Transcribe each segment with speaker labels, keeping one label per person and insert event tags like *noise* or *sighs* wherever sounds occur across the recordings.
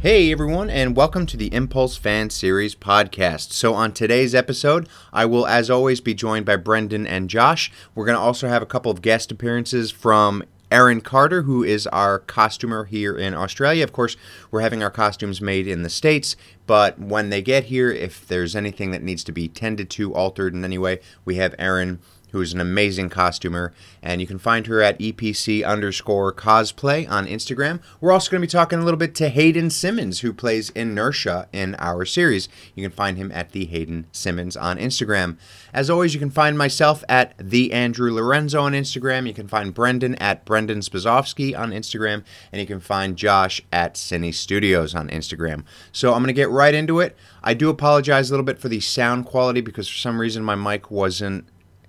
Speaker 1: Hey everyone, and welcome to the Impulse Fan Series podcast. So, on today's episode, I will, as always, be joined by Brendan and Josh. We're going to also have a couple of guest appearances from Aaron Carter, who is our costumer here in Australia. Of course, we're having our costumes made in the States, but when they get here, if there's anything that needs to be tended to, altered in any way, we have Aaron who is an amazing costumer. And you can find her at EPC underscore cosplay on Instagram. We're also going to be talking a little bit to Hayden Simmons, who plays Inertia in our series. You can find him at the Hayden Simmons on Instagram. As always, you can find myself at the Andrew Lorenzo on Instagram. You can find Brendan at Brendan Spazovsky on Instagram. And you can find Josh at Cine Studios on Instagram. So I'm going to get right into it. I do apologize a little bit for the sound quality because for some reason my mic wasn't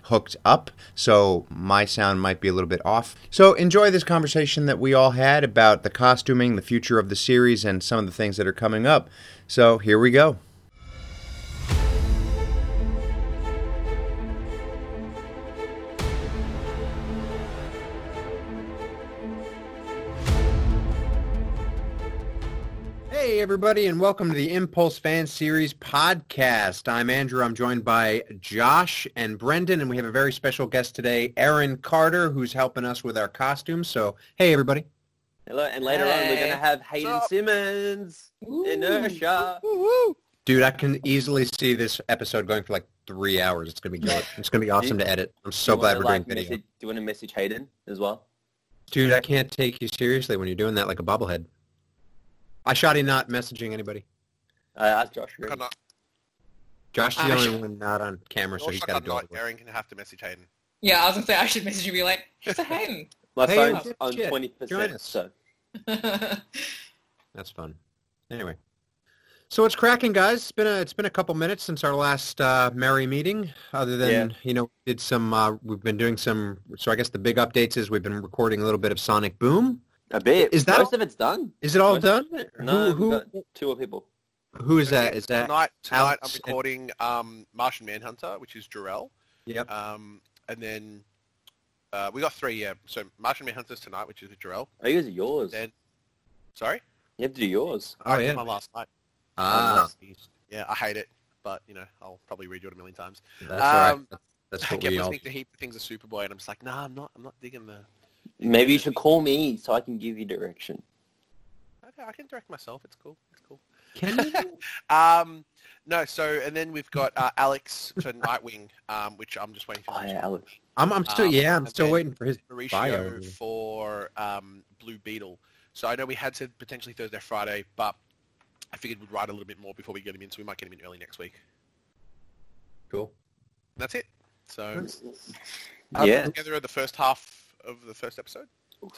Speaker 1: hooked up, so my sound might be a little bit off. So enjoy this conversation that we all had about the costuming, the future of the series, and some of the things that are coming up. So here we go. Hey, everybody, and welcome to the Impulse Fan Series podcast. I'm Andrew. I'm joined by Josh and Brendan, and we have a very special guest today, Aaron Carter, who's helping us with our costumes. So, hey, everybody.
Speaker 2: Hello, and later on we're
Speaker 3: Hey.
Speaker 2: going to have Hayden
Speaker 3: Sup?
Speaker 2: Simmons, Inertia.
Speaker 1: Dude, I can easily see this episode going for like three hours. It's gonna be good. It's gonna be awesome to edit. I'm so
Speaker 2: Do you
Speaker 1: glad
Speaker 2: wanna,
Speaker 1: we're doing
Speaker 2: like,
Speaker 1: video.
Speaker 2: message- do you want to message Hayden as well?
Speaker 1: Dude, I can't take you seriously when you're doing that like a bobblehead. I shoddy not messaging anybody.
Speaker 2: I asked Uh, Josh. Green.
Speaker 3: Cannot,
Speaker 1: Josh is the
Speaker 4: I
Speaker 1: only one not on camera, so
Speaker 3: also
Speaker 1: he's got to do
Speaker 3: cannot.
Speaker 1: it.
Speaker 3: Aaron can have to message Hayden.
Speaker 4: Yeah, I was gonna say I should message you and be like, it's a Hayden.
Speaker 2: My
Speaker 1: Hey,
Speaker 2: phone's
Speaker 1: shit,
Speaker 2: on
Speaker 1: shit.
Speaker 2: twenty
Speaker 1: Join
Speaker 2: percent.
Speaker 1: us.
Speaker 2: So
Speaker 1: That's fun. Anyway, so what's cracking, guys? It's been a it's been a couple minutes since our last uh, merry meeting. Other than you know, we did some uh, we've been doing some. So I guess the big updates is we've been recording a little bit of Sonic Boom.
Speaker 2: a bit.
Speaker 1: Is that-
Speaker 2: most of it's done?
Speaker 1: Is it all
Speaker 2: Nice.
Speaker 1: done?
Speaker 2: No,
Speaker 1: who
Speaker 2: we've
Speaker 1: who,
Speaker 2: Two or people.
Speaker 1: who is that? Is that
Speaker 3: tonight? Tonight
Speaker 1: Alex
Speaker 3: I'm
Speaker 1: and-
Speaker 3: recording um, Martian Manhunter, which is Jarrell.
Speaker 1: yep?
Speaker 3: Um, and then uh, we got three. Yeah, so Martian Manhunter's tonight, which is with Jarrell.
Speaker 2: Oh, yours are yours.
Speaker 3: Then- Sorry,
Speaker 2: You have to do yours.
Speaker 1: Oh
Speaker 3: my
Speaker 1: yeah.
Speaker 3: last night.
Speaker 1: Ah,
Speaker 3: Yeah, I hate it, but you know I'll probably redo it a million times.
Speaker 1: that's all right.
Speaker 3: Um,
Speaker 1: That's
Speaker 3: I
Speaker 1: what
Speaker 3: kept
Speaker 1: we all.
Speaker 3: listening to heap of things of Superboy, and I'm just like, nah, I'm not. I'm not digging the.
Speaker 2: Maybe you should call me so I can give you direction.
Speaker 3: Okay, I can direct myself. It's cool. It's cool. *laughs*
Speaker 1: Can you?
Speaker 3: Um, no, so and then we've got uh, Alex
Speaker 1: *laughs*
Speaker 3: for Nightwing, um, which I'm just waiting for.
Speaker 2: Oh yeah, Alex.
Speaker 1: I'm I'm still
Speaker 3: Um,
Speaker 1: yeah I'm
Speaker 3: and
Speaker 1: still
Speaker 3: then-
Speaker 1: waiting for his.
Speaker 3: Mauricio
Speaker 1: Bio.
Speaker 3: for um, Blue Beetle. So I know we had said potentially Thursday, Friday, but I figured we'd write a little bit more before we get him in, so we might get him in early next week.
Speaker 1: Cool.
Speaker 3: And that's it. So um,
Speaker 2: Yeah.
Speaker 3: together the first half of the first episode.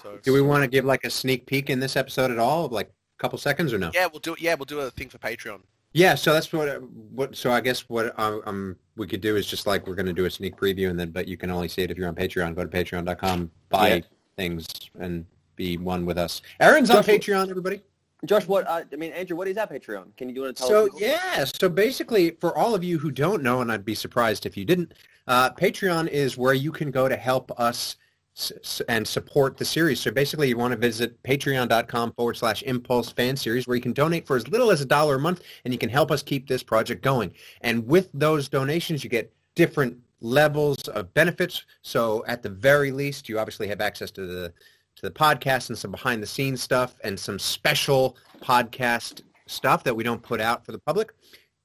Speaker 3: So
Speaker 1: Do we want to give like a sneak peek in this episode at all? Like a couple seconds or no?
Speaker 3: yeah, we'll do it. Yeah, we'll do a thing for Patreon.
Speaker 1: Yeah, so that's what what. So I guess what um, um we could do is just like we're going to do a sneak preview, and then but you can only see it if you're on Patreon. Go to Patreon.com, buy
Speaker 2: Yeah.
Speaker 1: things, and be one with us. Aaron's on Patreon, everybody.
Speaker 2: Josh, what? Uh, I mean, Andrew, what is our Patreon? Can you do want to tell us?
Speaker 1: So
Speaker 2: people?
Speaker 1: yeah, so basically, for all of you who don't know, and I'd be surprised if you didn't, uh, Patreon is where you can go to help us s- s- and support the series. So basically, you want to visit patreon.com forward slash impulse fan series, where you can donate for as little as a dollar a month, and you can help us keep this project going. And with those donations, you get different levels of benefits. So at the very least, you obviously have access to the to the podcast and some behind the scenes stuff and some special podcast stuff that we don't put out for the public,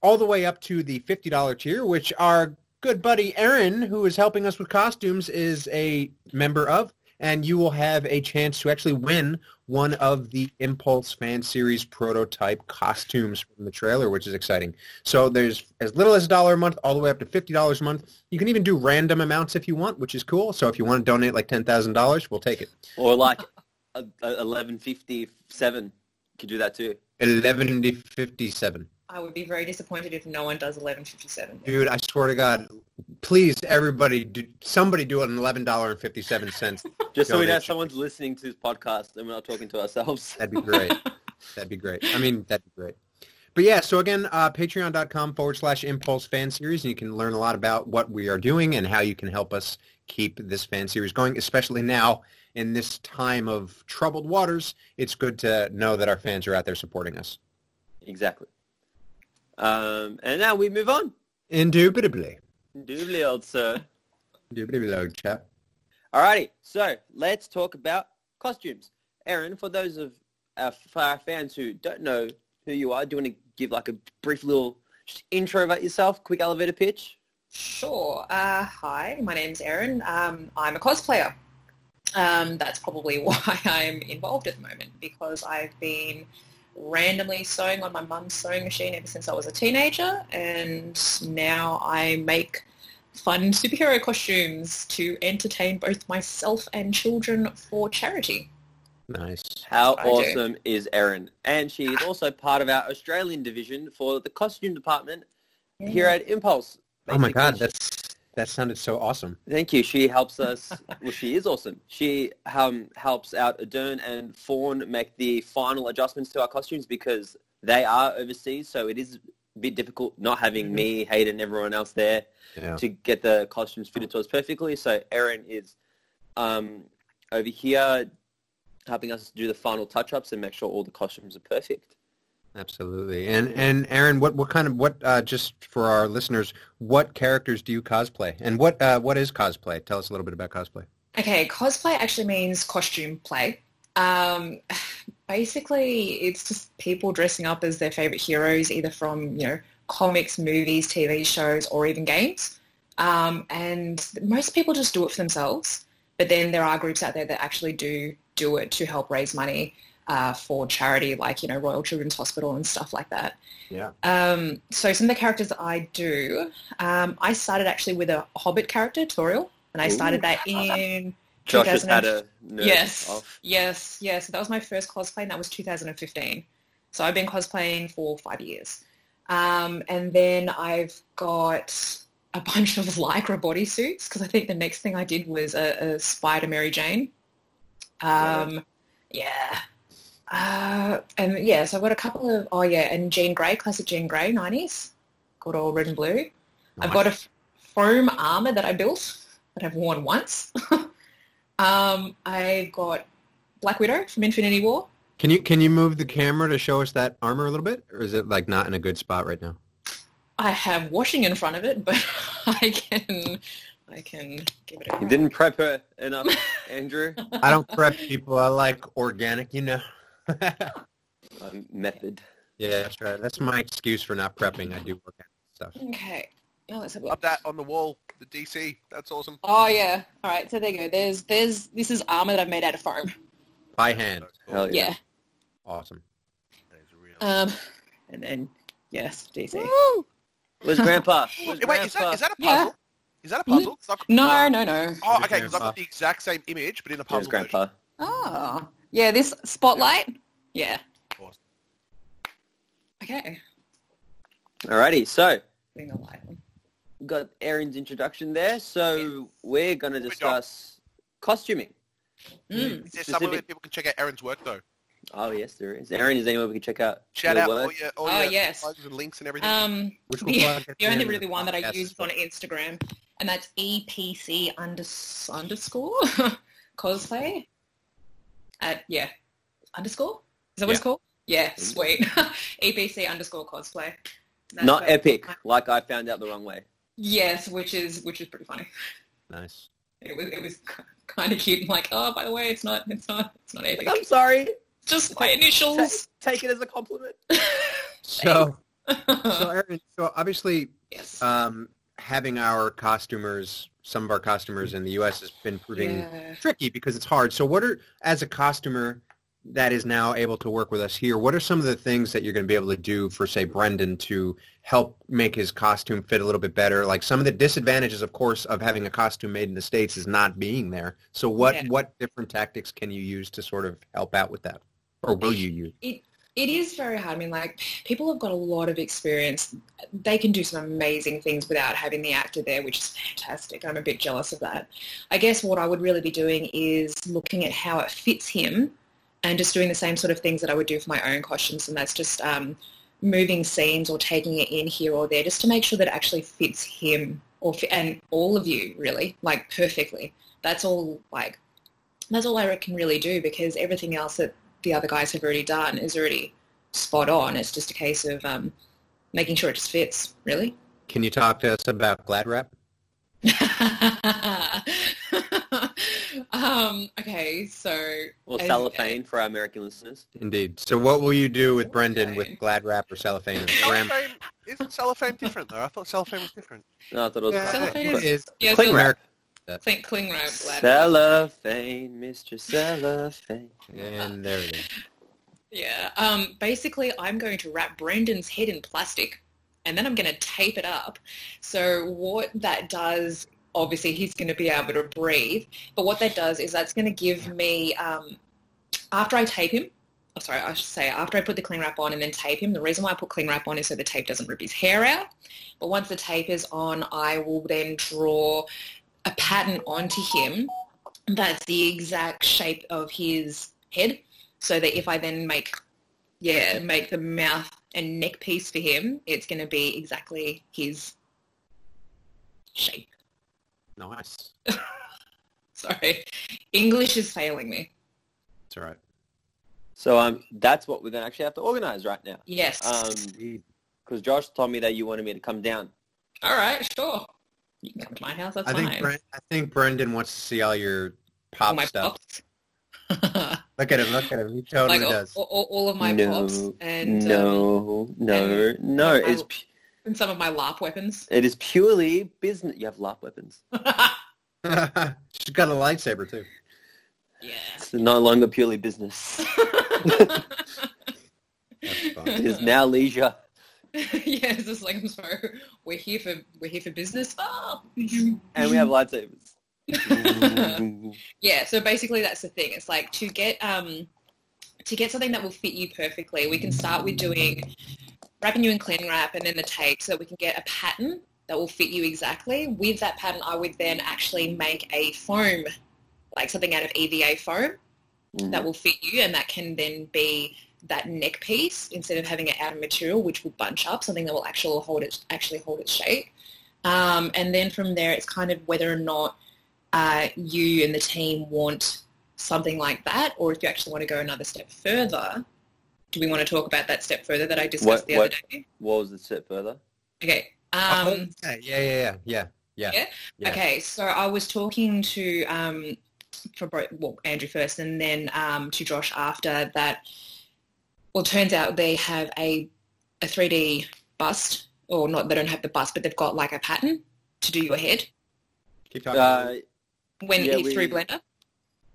Speaker 1: all the way up to the $50 tier, which our good buddy Aaron, who is helping us with costumes, is a member of. And you will have a chance to actually win one of the Impulse Fan Series prototype costumes from the trailer, which is exciting. So there's as little as a dollar a month, all the way up to fifty dollars a month. You can even do random amounts if you want, which is cool. So if you want to donate like ten thousand dollars, we'll take it.
Speaker 2: Or like a, a eleven fifty seven. Could do that too.
Speaker 1: Eleven fifty-seven.
Speaker 4: *laughs* I would be very disappointed if no one does eleven fifty seven.
Speaker 1: Dude, I swear to God, please, everybody, do, somebody do an eleven dollar and fifty-seven cents.
Speaker 2: Just so we know
Speaker 1: Donation.
Speaker 2: someone's listening to this podcast and we're not talking to ourselves. *laughs*
Speaker 1: That'd be great. That'd be great. I mean, that'd be great. But yeah, so again, uh, patreon.com forward slash impulse fan series, and you can learn a lot about what we are doing and how you can help us keep this fan series going, especially now in this time of troubled waters. It's good to know that our fans are out there supporting us.
Speaker 2: Exactly. Um, and now we move on.
Speaker 1: Indubitably.
Speaker 2: Doobly old sir.
Speaker 1: Indubitably, old chap.
Speaker 2: Alrighty, so let's talk about costumes. Aaron, for those of our, for our fans who don't know who you are, do you want to give like a brief little just intro about yourself, quick elevator pitch?
Speaker 4: Sure. Uh, hi, my name's Erin. Um, I'm a cosplayer. Um, that's probably *laughs* why I'm involved at the moment because I've been randomly sewing on my mum's sewing machine ever since I was a teenager and now I make fun superhero costumes to entertain both myself and children for charity.
Speaker 1: Nice.
Speaker 2: How
Speaker 4: I do.
Speaker 2: awesome is Erin? And she is also part of our Australian division for the costume department here at Impulse.
Speaker 1: Oh my
Speaker 2: Basically,
Speaker 1: God, that's that sounded so awesome.
Speaker 2: Thank you. She helps us. well, she is awesome. She um, helps out Adern and Fawn make the final adjustments to our costumes because they are overseas, so it is a bit difficult not having
Speaker 3: Mm-hmm.
Speaker 2: me, Hayden, everyone else there
Speaker 1: Yeah.
Speaker 2: to get the costumes fitted to us perfectly. So Erin is um, over here helping us do the final touch-ups and make sure all the costumes are perfect.
Speaker 1: Absolutely. And and Aaron, what what kind of what uh, just for our listeners, what characters do you cosplay? And what uh, what is cosplay? Tell us a little bit about cosplay.
Speaker 4: Okay, cosplay actually means costume play. Um, basically, it's just people dressing up as their favorite heroes, either from you know comics, movies, TV shows, or even games. Um, and most people just do it for themselves. But then there are groups out there that actually do do it to help raise money uh, for charity, like you know Royal Children's Hospital and stuff like that.
Speaker 1: Yeah.
Speaker 4: Um, so some of the characters that I do, um, I started actually with a Hobbit character, Toriel, and I started that in
Speaker 2: Josh has had
Speaker 4: 2000
Speaker 2: a nerve
Speaker 4: yes,
Speaker 2: off.
Speaker 4: yes, yes. So that was my first cosplay, and that was 2015. So I've been cosplaying for five years, um, and then I've got a bunch of lycra bodysuits because I think the next thing I did was a, a Spider Mary Jane. Um, yeah. Uh, and yeah, so I've got a couple of, oh yeah, and Jean Grey, classic Jean Grey, 90s, got all red and blue. I've got a f- foam armor that I built that I've worn once. *laughs* um, I've got Black Widow from Infinity War.
Speaker 1: Can you can you move the camera to show us that armor a little bit, or is it like not in a good spot right now?
Speaker 4: I have washing in front of it, but *laughs* I can, I can give it a
Speaker 2: You
Speaker 4: crack.
Speaker 2: didn't prep her enough, Andrew.
Speaker 1: I *laughs* don't prep people. I like organic, you know. *laughs*
Speaker 2: Um, method.
Speaker 1: yeah, that's right. That's my excuse for not prepping. I do organic stuff.
Speaker 4: Okay. Now let's have a look.
Speaker 3: Up that on the wall, the DC. That's awesome.
Speaker 4: Oh yeah. All right. So there you go. There's there's this is armor that I've made out of foam.
Speaker 1: By hand.
Speaker 3: Oh,
Speaker 2: Hell yeah.
Speaker 4: Yeah.
Speaker 1: Awesome.
Speaker 3: That is real.
Speaker 4: Um, and then yes, DC.
Speaker 2: Where's Grandpa? Where's
Speaker 3: Hey, wait, is that,
Speaker 2: Grandpa?
Speaker 3: is that a
Speaker 4: Yeah.
Speaker 3: puzzle? Is that a puzzle? 'Cause I've got-
Speaker 4: No, no, no.
Speaker 3: Oh,
Speaker 1: Where's
Speaker 3: okay, because I've
Speaker 1: Grandpa?
Speaker 3: got the exact same image, but in a
Speaker 2: Where's
Speaker 3: puzzle version.
Speaker 2: Grandpa?
Speaker 4: Oh yeah. This spotlight. Yeah.
Speaker 3: Awesome.
Speaker 4: Okay.
Speaker 2: Alrighty, so
Speaker 4: Putting the light on.
Speaker 2: we got Aaron's introduction there. So we're going to
Speaker 3: Moving on.
Speaker 2: discuss costuming. Hmm.
Speaker 4: Mm.
Speaker 3: Hmm. Is there somewhere where
Speaker 2: Specific-
Speaker 3: people can check out Aaron's work, though?
Speaker 2: Oh, yes, there is. Aaron is anyone we can check out.
Speaker 3: Shout
Speaker 2: your
Speaker 3: out all
Speaker 2: work.
Speaker 3: your, all
Speaker 4: Oh,
Speaker 3: your
Speaker 4: yes.
Speaker 3: plugs and links and everything.
Speaker 4: Um,
Speaker 1: Which will
Speaker 4: the,
Speaker 1: plug at
Speaker 4: the only
Speaker 1: end of
Speaker 4: really
Speaker 1: the
Speaker 4: one that I
Speaker 1: podcast.
Speaker 4: use is on Instagram, and that's E EPC unders- underscore *laughs* cosplay. At yeah, underscore is that what it's called? Yeah, sweet. *laughs* EPC underscore cosplay. That's
Speaker 2: Not
Speaker 4: about-
Speaker 2: epic, like I found out the wrong way.
Speaker 4: Yes, which is which is pretty funny. *laughs*
Speaker 1: Nice.
Speaker 4: It was it was kind of cute. and like, oh, by the way, it's not it's not it's not epic.
Speaker 2: I'm sorry.
Speaker 4: Just my
Speaker 2: Ta- *laughs*
Speaker 4: initials. *laughs*
Speaker 2: take it as a compliment.
Speaker 1: So, so Aaron, so obviously
Speaker 4: yes.
Speaker 1: um, having our costumers, some of our costumers in the U.S. has been proving
Speaker 4: Yeah.
Speaker 1: tricky because it's hard. So what are, as a costumer that is now able to work with us here, what are some of the things that you're going to be able to do for, say, Brendan to help make his costume fit a little bit better? Like some of the disadvantages, of course, of having a costume made in the States is not being there. So what,
Speaker 4: Yeah.
Speaker 1: what different tactics can you use to sort of help out with that? Or will you use?
Speaker 4: It is very hard. I mean, like people have got a lot of experience. They can do some amazing things without having the actor there, which is fantastic. I'm a bit jealous of that. I guess what I would really be doing is looking at how it fits him and just doing the same sort of things that I would do for my own costumes. And that's just um, moving scenes or taking it in here or there just to make sure that it actually fits him or fi- and all of you really like perfectly. That's all like that's all I can really do because everything else that the other guys have already done is already spot on. It's just a case of um, making sure it just fits really. *laughs*
Speaker 1: Can you talk to us about Glad Wrap?
Speaker 4: um, okay, so
Speaker 2: Well,
Speaker 4: As-
Speaker 2: cellophane for our American listeners.
Speaker 1: Indeed. So what will you do with Brendan with Glad Wrap or Cellophane? and Graham?
Speaker 3: Cellophane, isn't cellophane different though? I thought cellophane
Speaker 1: *laughs*
Speaker 3: was different.
Speaker 2: No, I thought it was
Speaker 3: Uh,
Speaker 1: Yeah,
Speaker 4: Cellophane
Speaker 1: it is.
Speaker 4: yeah,
Speaker 1: Cling
Speaker 4: so-
Speaker 1: wrap.
Speaker 4: think cling wrap. lad.
Speaker 2: cellophane, Mr. Cellophane.
Speaker 1: And there it is.
Speaker 4: Yeah. Um, basically, I'm going to wrap Brendan's head in plastic, and then I'm going to tape it up. So what that does, obviously, he's going to be able to breathe. But what that does is that's going to give me, um, after I tape him, oh, sorry, I should say after I put the cling wrap on and then tape him. The reason why I put cling wrap on is so the tape doesn't rip his hair out. But once the tape is on, I will then draw a pattern onto him that's the exact shape of his head so that if I then make yeah make the mouth and neck piece for him, it's going to be exactly his shape. *laughs*
Speaker 1: Nice.
Speaker 4: Sorry, English is failing me.
Speaker 1: That's all right.
Speaker 2: So um, that's what we're going to actually have to organize right now.
Speaker 4: Yes.
Speaker 2: Um, because Josh told me that you wanted me to come down.
Speaker 4: All right. Sure. You can come to my house. That's
Speaker 1: I
Speaker 4: fine.
Speaker 1: think Bren- I think Brendan wants to see all your
Speaker 4: all
Speaker 1: pop
Speaker 4: Oh, my
Speaker 1: stuff.
Speaker 4: pops. *laughs*
Speaker 1: Look at him. Look at him. He totally
Speaker 4: like oh, all,
Speaker 1: does.
Speaker 4: all, all of my
Speaker 2: No,
Speaker 4: pops and um,
Speaker 2: no, no, no.
Speaker 4: I
Speaker 2: It's
Speaker 4: will- and some of my LARP weapons. *laughs*
Speaker 2: it is purely business. You have lap weapons.
Speaker 4: oh.
Speaker 1: *laughs* She's got a lightsaber too.
Speaker 4: yeah.
Speaker 2: It's no longer purely
Speaker 4: *laughs*
Speaker 2: business.
Speaker 1: That's
Speaker 2: It
Speaker 1: fun.
Speaker 2: is now leisure.
Speaker 4: *laughs* yeah, it's just like I'm sorry. We're here for we're here for business. Ah.
Speaker 2: And we have *laughs* lightsabers.
Speaker 4: *laughs* yeah, so basically that's the thing. It's like to get um to get something that will fit you perfectly, we can start with doing wrapping you in cling wrap and then the tape so that we can get a pattern that will fit you exactly. With that pattern I would then actually make a foam, like something out of EVA foam that will fit you and that can then be that neck piece instead of having it out of material which will bunch up something that will actually hold it actually hold its shape um, and then from there it's kind of whether or not uh, you and the team want something like that or if you actually want to go another step further do we want to talk about that step further that I discussed
Speaker 2: What-
Speaker 4: the
Speaker 2: what-
Speaker 4: other day
Speaker 2: What was the step further?
Speaker 4: okay
Speaker 1: Oh,
Speaker 4: um,
Speaker 1: yeah, yeah, yeah, yeah. Yeah.
Speaker 4: Okay, so I was talking to um, for bro- well Andrew first, and then um, to Josh after that. Well, turns out they have a a three D bust, or not. They don't have the bust, but they've got like a pattern to do your head
Speaker 1: Keep talking.
Speaker 2: Uh,
Speaker 4: when
Speaker 2: Yeah,
Speaker 4: it's through
Speaker 2: we-
Speaker 4: Blender.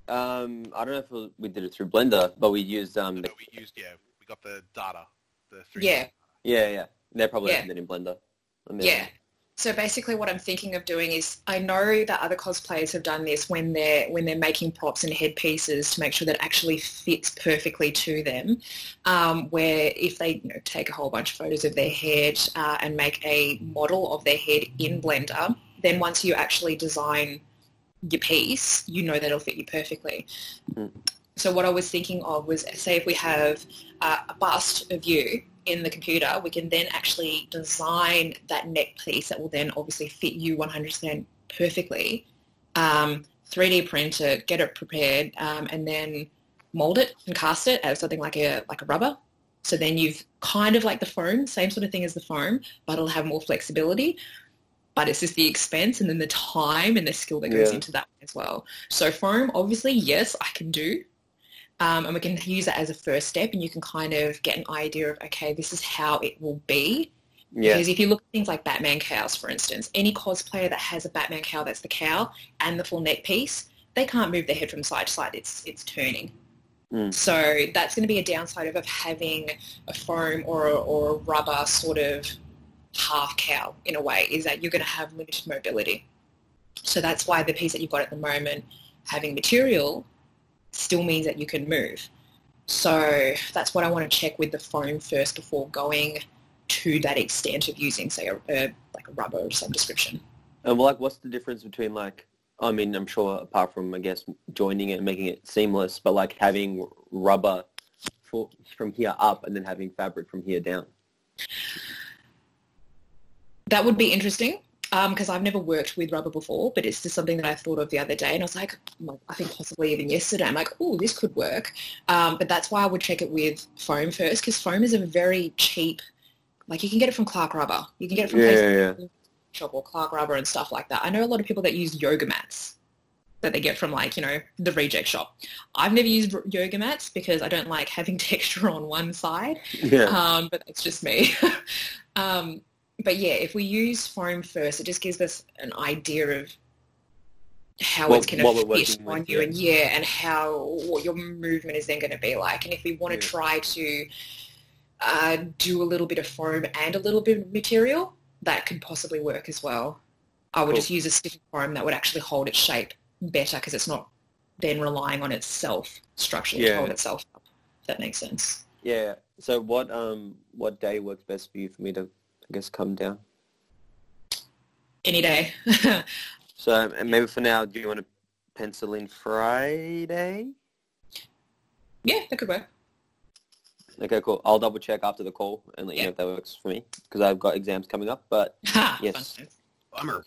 Speaker 2: um, I don't know if we- we did it through Blender, but we used um,
Speaker 3: No,
Speaker 2: the,
Speaker 3: we used yeah, we got the data, the three.
Speaker 4: Yeah,
Speaker 2: yeah, yeah. They probably
Speaker 4: Yeah.
Speaker 2: did it in Blender. I mean,
Speaker 4: yeah. So basically, what I'm thinking of doing is, I know that other cosplayers have done this when they're when they're making props and headpieces to make sure that it actually fits perfectly to them. Um, where if they you know, take a whole bunch of photos of their head uh, and make a model of their head in Blender, then once you actually design your piece, you know that it'll fit you perfectly.
Speaker 2: Mm.
Speaker 4: So what I was thinking of was, say if we have uh, a bust of you in the computer, we can then actually design that neck piece that will then obviously fit you 100% perfectly, um, 3D print it, get it prepared, um, and then mold it and cast it as something like a like a rubber. So then you've kind of like the foam, same sort of thing as the foam, but it'll have more flexibility. But it's just the expense and then the time and the skill that goes
Speaker 2: Yeah.
Speaker 4: into that as well. So foam, obviously, yes, I can do. Um, and we can use that as a first step and you can kind of get an idea of, okay, this is how it will be.
Speaker 2: yeah.
Speaker 4: Because if you look at things like Batman cows, for instance, any cosplayer that has a Batman cow that's the cow and the full neck piece, they can't move their head from side to side. It's it's turning.
Speaker 2: Mm.
Speaker 4: So that's going to be a downside of, of having a foam or a, or a rubber sort of half cow in a way is that you're going to have limited mobility. So that's why the piece that you've got at the moment, having material, still means that you can move. So that's what I want to check with the foam first before going to that extent of using, say, a, a, like a rubber of some description.
Speaker 2: And Uh, like, what's the difference between like? I mean, I'm sure apart from I guess joining it and making it seamless, but like having rubber for, from here up and then having fabric from here down.
Speaker 4: That would be interesting because I've never worked with rubber before, but it's just something that I thought of the other day, and I was like, like, I think possibly even yesterday, I'm like, oh, this could work. Um, but that's why I would check it with foam first, because foam is a very cheap, like you can get it from Clark Rubber, you can get it from
Speaker 2: Yeah,
Speaker 4: Facebook Shop or Clark Rubber and stuff like that. I know a lot of people that use yoga mats that they get from like you know the reject shop. I've never used r- yoga mats because I don't like having *laughs* texture on one side
Speaker 2: *laughs* Yeah.
Speaker 4: um, but that's just me. *laughs* um, but yeah, if we use foam first, it just gives us an idea of how
Speaker 2: What-
Speaker 4: it's going
Speaker 2: what
Speaker 4: to
Speaker 2: we're
Speaker 4: fit
Speaker 2: working with,
Speaker 4: on you,
Speaker 2: yeah.
Speaker 4: and yeah, and how what your movement is then going to be like. And if we want to
Speaker 2: Yeah.
Speaker 4: try to uh, do a little bit of foam and a little bit of material, that could possibly work as well. I would
Speaker 2: Cool.
Speaker 4: just use a stiff foam that would actually hold its shape better because it's not then relying on itself structurally to
Speaker 2: Yeah.
Speaker 4: hold itself up. If that makes sense.
Speaker 2: yeah. So what um what day works best for you for me to I guess come down?
Speaker 4: Any day. *laughs*
Speaker 2: So um, and maybe for now, do you want to pencil in Friday?
Speaker 4: Yeah, that could work. *laughs*
Speaker 2: Okay, cool. I'll double check after the call and let you
Speaker 4: Yeah.
Speaker 2: know if that works for me because I've got exams coming up. But
Speaker 4: Ha,
Speaker 2: Yes.
Speaker 4: fun.
Speaker 3: Bummer.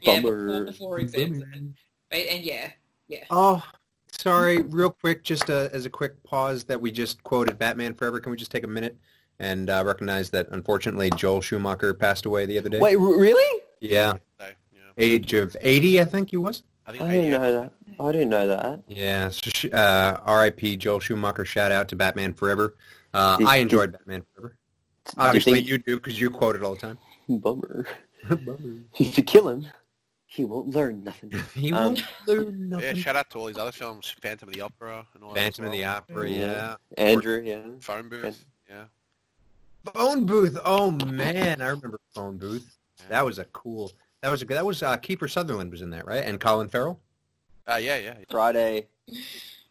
Speaker 4: Yeah,
Speaker 2: Bummer.
Speaker 4: before, before exams. And, and yeah, yeah.
Speaker 1: Oh, sorry. Real quick, just uh, as a quick pause that we just quoted Batman Forever. Can we just take a minute and uh, recognize that unfortunately Joel Schumacher passed away the other day?
Speaker 2: wait, r- really?
Speaker 1: Yeah,
Speaker 3: So, yeah.
Speaker 1: age of 80, I think he was.
Speaker 3: I think
Speaker 2: I didn't know that. I didn't know that.
Speaker 1: Yeah. So, sh- uh, R.I.P. Joel Schumacher. Shout out to Batman Forever. Uh,
Speaker 2: Did-
Speaker 1: I enjoyed Batman Forever. Obviously,
Speaker 2: think-
Speaker 1: you do because you quote it all the time.
Speaker 2: *laughs* Bummer. if you kill him, he won't learn nothing.
Speaker 1: *laughs* he
Speaker 2: Um,
Speaker 1: won't learn
Speaker 3: Yeah,
Speaker 1: nothing.
Speaker 3: shout out to all these other films, Phantom of the Opera and all that.
Speaker 1: Phantom of the Opera.
Speaker 2: Yeah.
Speaker 1: Yeah.
Speaker 2: Andrew, yeah.
Speaker 3: Phone booth. Yeah.
Speaker 1: Phone booth. Oh man, I remember phone booth. That was a cool. That was a that was uh, Keeper Sutherland was in that right, and Colin Farrell.
Speaker 3: Uh, yeah, yeah.
Speaker 2: Friday.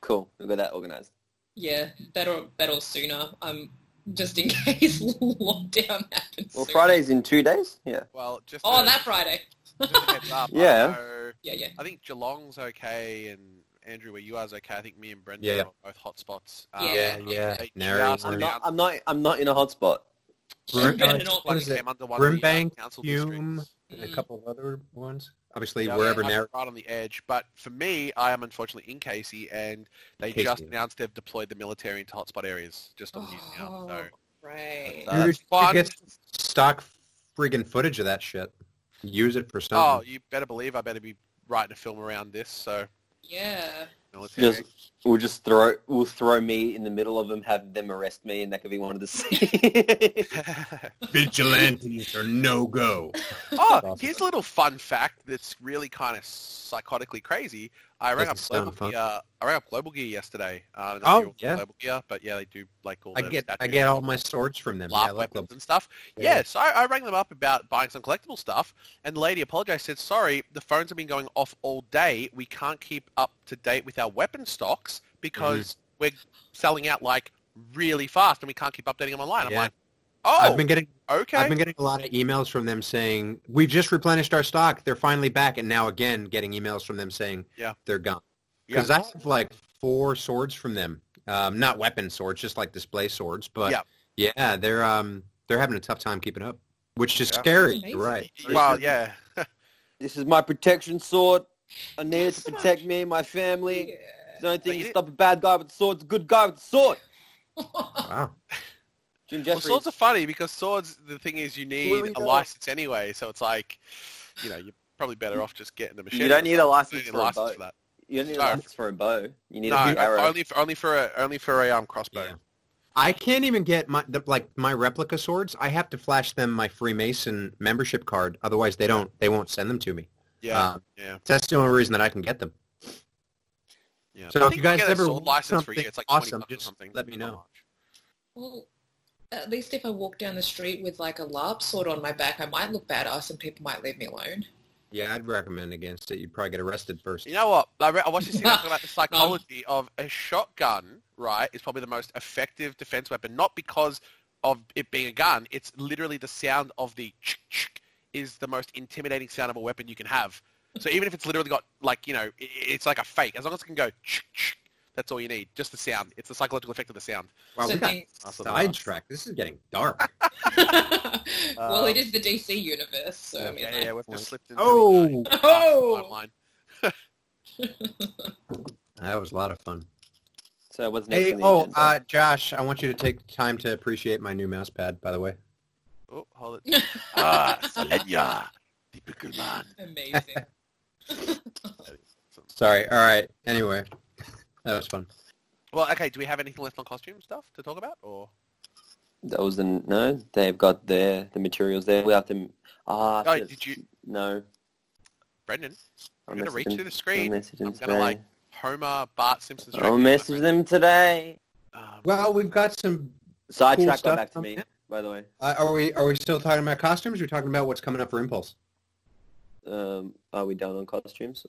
Speaker 2: Cool. We've got that organized.
Speaker 4: Yeah, that or, that or sooner, um, just in *laughs* case lockdown happens.
Speaker 2: Well,
Speaker 4: soon.
Speaker 2: Friday's in two days? Yeah.
Speaker 3: Well, just
Speaker 4: Oh,
Speaker 3: a-
Speaker 4: that Friday.
Speaker 3: just a
Speaker 4: *laughs*
Speaker 3: heads up, I
Speaker 2: Yeah.
Speaker 3: know-
Speaker 4: Yeah, yeah.
Speaker 3: I think Geelong's okay, and Andrew, where you are is okay. I think me and Brendan
Speaker 1: Yeah.
Speaker 3: are both hotspots. Um,
Speaker 4: Yeah.
Speaker 1: Yeah,
Speaker 3: They
Speaker 1: Nary
Speaker 3: just
Speaker 1: room. I'm
Speaker 2: I'm not,
Speaker 3: announced-
Speaker 2: I'm not, I'm not in a hotspot.
Speaker 4: Brendan,
Speaker 3: they
Speaker 4: uh,
Speaker 3: just
Speaker 4: what
Speaker 3: bloody
Speaker 1: is it?
Speaker 3: came under one of the, uh,
Speaker 1: Brimbank,
Speaker 3: council
Speaker 1: Hume,
Speaker 3: districts.
Speaker 1: and a
Speaker 4: Mm.
Speaker 1: couple of other ones. Obviously,
Speaker 3: Yeah,
Speaker 1: wherever
Speaker 3: I'm
Speaker 1: narrow.
Speaker 3: right on the edge. But for me, I am unfortunately in Casey, and they
Speaker 1: Casey.
Speaker 3: just announced they've deployed the military into hotspot areas just on the news now. So
Speaker 4: right.
Speaker 3: Uh,
Speaker 1: Dude,
Speaker 3: that's fun.
Speaker 1: get stock friggin' footage of that shit. Use it for
Speaker 3: Oh,
Speaker 1: something.
Speaker 3: you better believe I better be writing a film around this. So
Speaker 4: Yeah.
Speaker 3: military.
Speaker 2: Just, we'll just throw, we'll throw me in the middle of them, have them arrest me, and that could be one of the *laughs* scenes.
Speaker 1: Vigilantes are no go.
Speaker 3: *laughs* oh,
Speaker 1: awesome.
Speaker 3: here's a little fun fact that's really kind of psychotically crazy. I rang up
Speaker 1: Doesn't sound
Speaker 3: Global
Speaker 1: fun.
Speaker 3: Gear. uh, I rang up Global Gear yesterday. Uh,
Speaker 1: Oh,
Speaker 3: they're
Speaker 1: yeah.
Speaker 3: Global Gear, but yeah, they do like all
Speaker 1: I
Speaker 3: the
Speaker 1: get I
Speaker 3: statues
Speaker 1: get all my swords from them. Yeah, I
Speaker 3: laugh
Speaker 1: like them.
Speaker 3: weapons and stuff.
Speaker 1: Yeah.
Speaker 3: Yeah, so I, I rang them up about buying some collectible stuff, and the lady apologized, said, sorry, the phones have been going off all day. We can't keep up to date with our weapon stocks because
Speaker 1: Mm-hmm.
Speaker 3: we're selling out, like, really fast, and we can't keep updating them online. I'm
Speaker 1: Yeah.
Speaker 3: like, oh,
Speaker 1: I've been getting
Speaker 3: okay.
Speaker 1: I've been getting a lot of emails from them saying we've just replenished our stock. They're finally back, and now again getting emails from them saying
Speaker 3: Yeah.
Speaker 1: they're gone.
Speaker 3: Yeah.
Speaker 1: Because I have like four swords from them, um, not weapon swords, just like display swords. But
Speaker 3: Yeah.
Speaker 1: yeah, they're um, they're having a tough time keeping up, which is
Speaker 3: Yeah.
Speaker 1: scary.
Speaker 4: Amazing.
Speaker 1: You're right?
Speaker 3: well, yeah.
Speaker 2: this is my protection sword. I need it
Speaker 4: That's
Speaker 2: to
Speaker 4: so much-
Speaker 2: protect me and my family.
Speaker 4: Yeah. *laughs*
Speaker 2: The only thing
Speaker 3: Like,
Speaker 2: you
Speaker 3: it-
Speaker 2: stop a bad guy with a sword is a good guy with a sword.
Speaker 1: Wow.
Speaker 2: Jim
Speaker 3: Well,
Speaker 2: Jeffries.
Speaker 3: swords are funny because swords, the thing is you
Speaker 2: Well, we
Speaker 3: need a
Speaker 2: don't-
Speaker 3: license anyway, so it's like, you know, you're probably better off just getting a machine.
Speaker 2: don't need a license for a boat.
Speaker 3: for that.
Speaker 2: you don't need a
Speaker 3: Sorry.
Speaker 2: license for a bow. You need a big
Speaker 3: No,
Speaker 2: arrow.
Speaker 3: only for, only for a only for a um, crossbow.
Speaker 1: Yeah. I can't even get my the, like my replica swords. I have to flash them my Freemason membership card, otherwise they don't they won't send them to me.
Speaker 3: Yeah,
Speaker 1: Um,
Speaker 3: yeah.
Speaker 1: That's the only reason that I can get them.
Speaker 3: yeah.
Speaker 1: so
Speaker 3: I
Speaker 1: if
Speaker 3: think
Speaker 1: you
Speaker 3: we
Speaker 1: guys
Speaker 3: get a
Speaker 1: ever
Speaker 3: sword
Speaker 1: want
Speaker 3: license for a
Speaker 1: something
Speaker 3: year, it's like 20
Speaker 1: awesome,
Speaker 3: bucks or
Speaker 1: just
Speaker 3: something.
Speaker 1: let me know.
Speaker 4: Well, at least if I walk down the street with like a LARP sword on my back, I might look badass and people might leave me alone.
Speaker 1: Yeah, I'd recommend against it. You'd probably get arrested first.
Speaker 3: You know what? I, re- I
Speaker 1: *laughs*
Speaker 3: watched this thing talking about the psychology of a shotgun. Right, is probably the most effective defense weapon, not because of it being a gun. It's literally the sound of the ch-ch is the most intimidating sound of a weapon you can have. So even if it's literally got like you know, i- i- it's like a fake. As long as it can go ch-ch, That's all you need. Just the sound. It's the psychological effect of the sound.
Speaker 1: Wow, we
Speaker 4: So
Speaker 1: got
Speaker 4: *laughs* things-
Speaker 3: That's what I like.
Speaker 1: sidetracked. This is getting dark.
Speaker 4: well, it is the DC universe, so I mean,
Speaker 3: yeah,
Speaker 4: like-
Speaker 3: yeah, we've just slipped into
Speaker 1: Oh,
Speaker 3: the, uh,
Speaker 4: *laughs* Oh!
Speaker 3: timeline.
Speaker 1: that was a lot of fun.
Speaker 2: So what's next?
Speaker 1: Hey,
Speaker 2: on the
Speaker 1: oh,
Speaker 2: agenda?
Speaker 1: uh, Josh, I want you to take time to appreciate my new mouse pad, by the way.
Speaker 3: Oh, hold it. ah, Selenya, the pickle man.
Speaker 4: amazing.
Speaker 1: Sorry. All right. Anyway, *laughs* that was fun.
Speaker 3: Well, okay. Do we have anything left on costume stuff to talk about, or
Speaker 2: That was the no. They've got their the materials there. We have to. Ah,
Speaker 3: Oh,
Speaker 2: shit.
Speaker 3: did you-
Speaker 2: No.
Speaker 3: Brendan?
Speaker 2: I'll
Speaker 3: I'm gonna
Speaker 2: message
Speaker 3: reach
Speaker 2: them-
Speaker 3: through the screen.
Speaker 2: I'll message them
Speaker 3: I'm gonna
Speaker 2: today.
Speaker 3: like Homer Bart Simpson.
Speaker 2: I'll message them today.
Speaker 3: Um,
Speaker 1: Well, we've got some. Cool
Speaker 2: Sidetrack
Speaker 1: stuff
Speaker 2: got back to
Speaker 1: coming
Speaker 2: me,
Speaker 1: up.
Speaker 2: by the way.
Speaker 1: Uh, are we are we still talking about costumes? We're talking about what's coming up for Impulse.
Speaker 2: Um, are we done on costumes?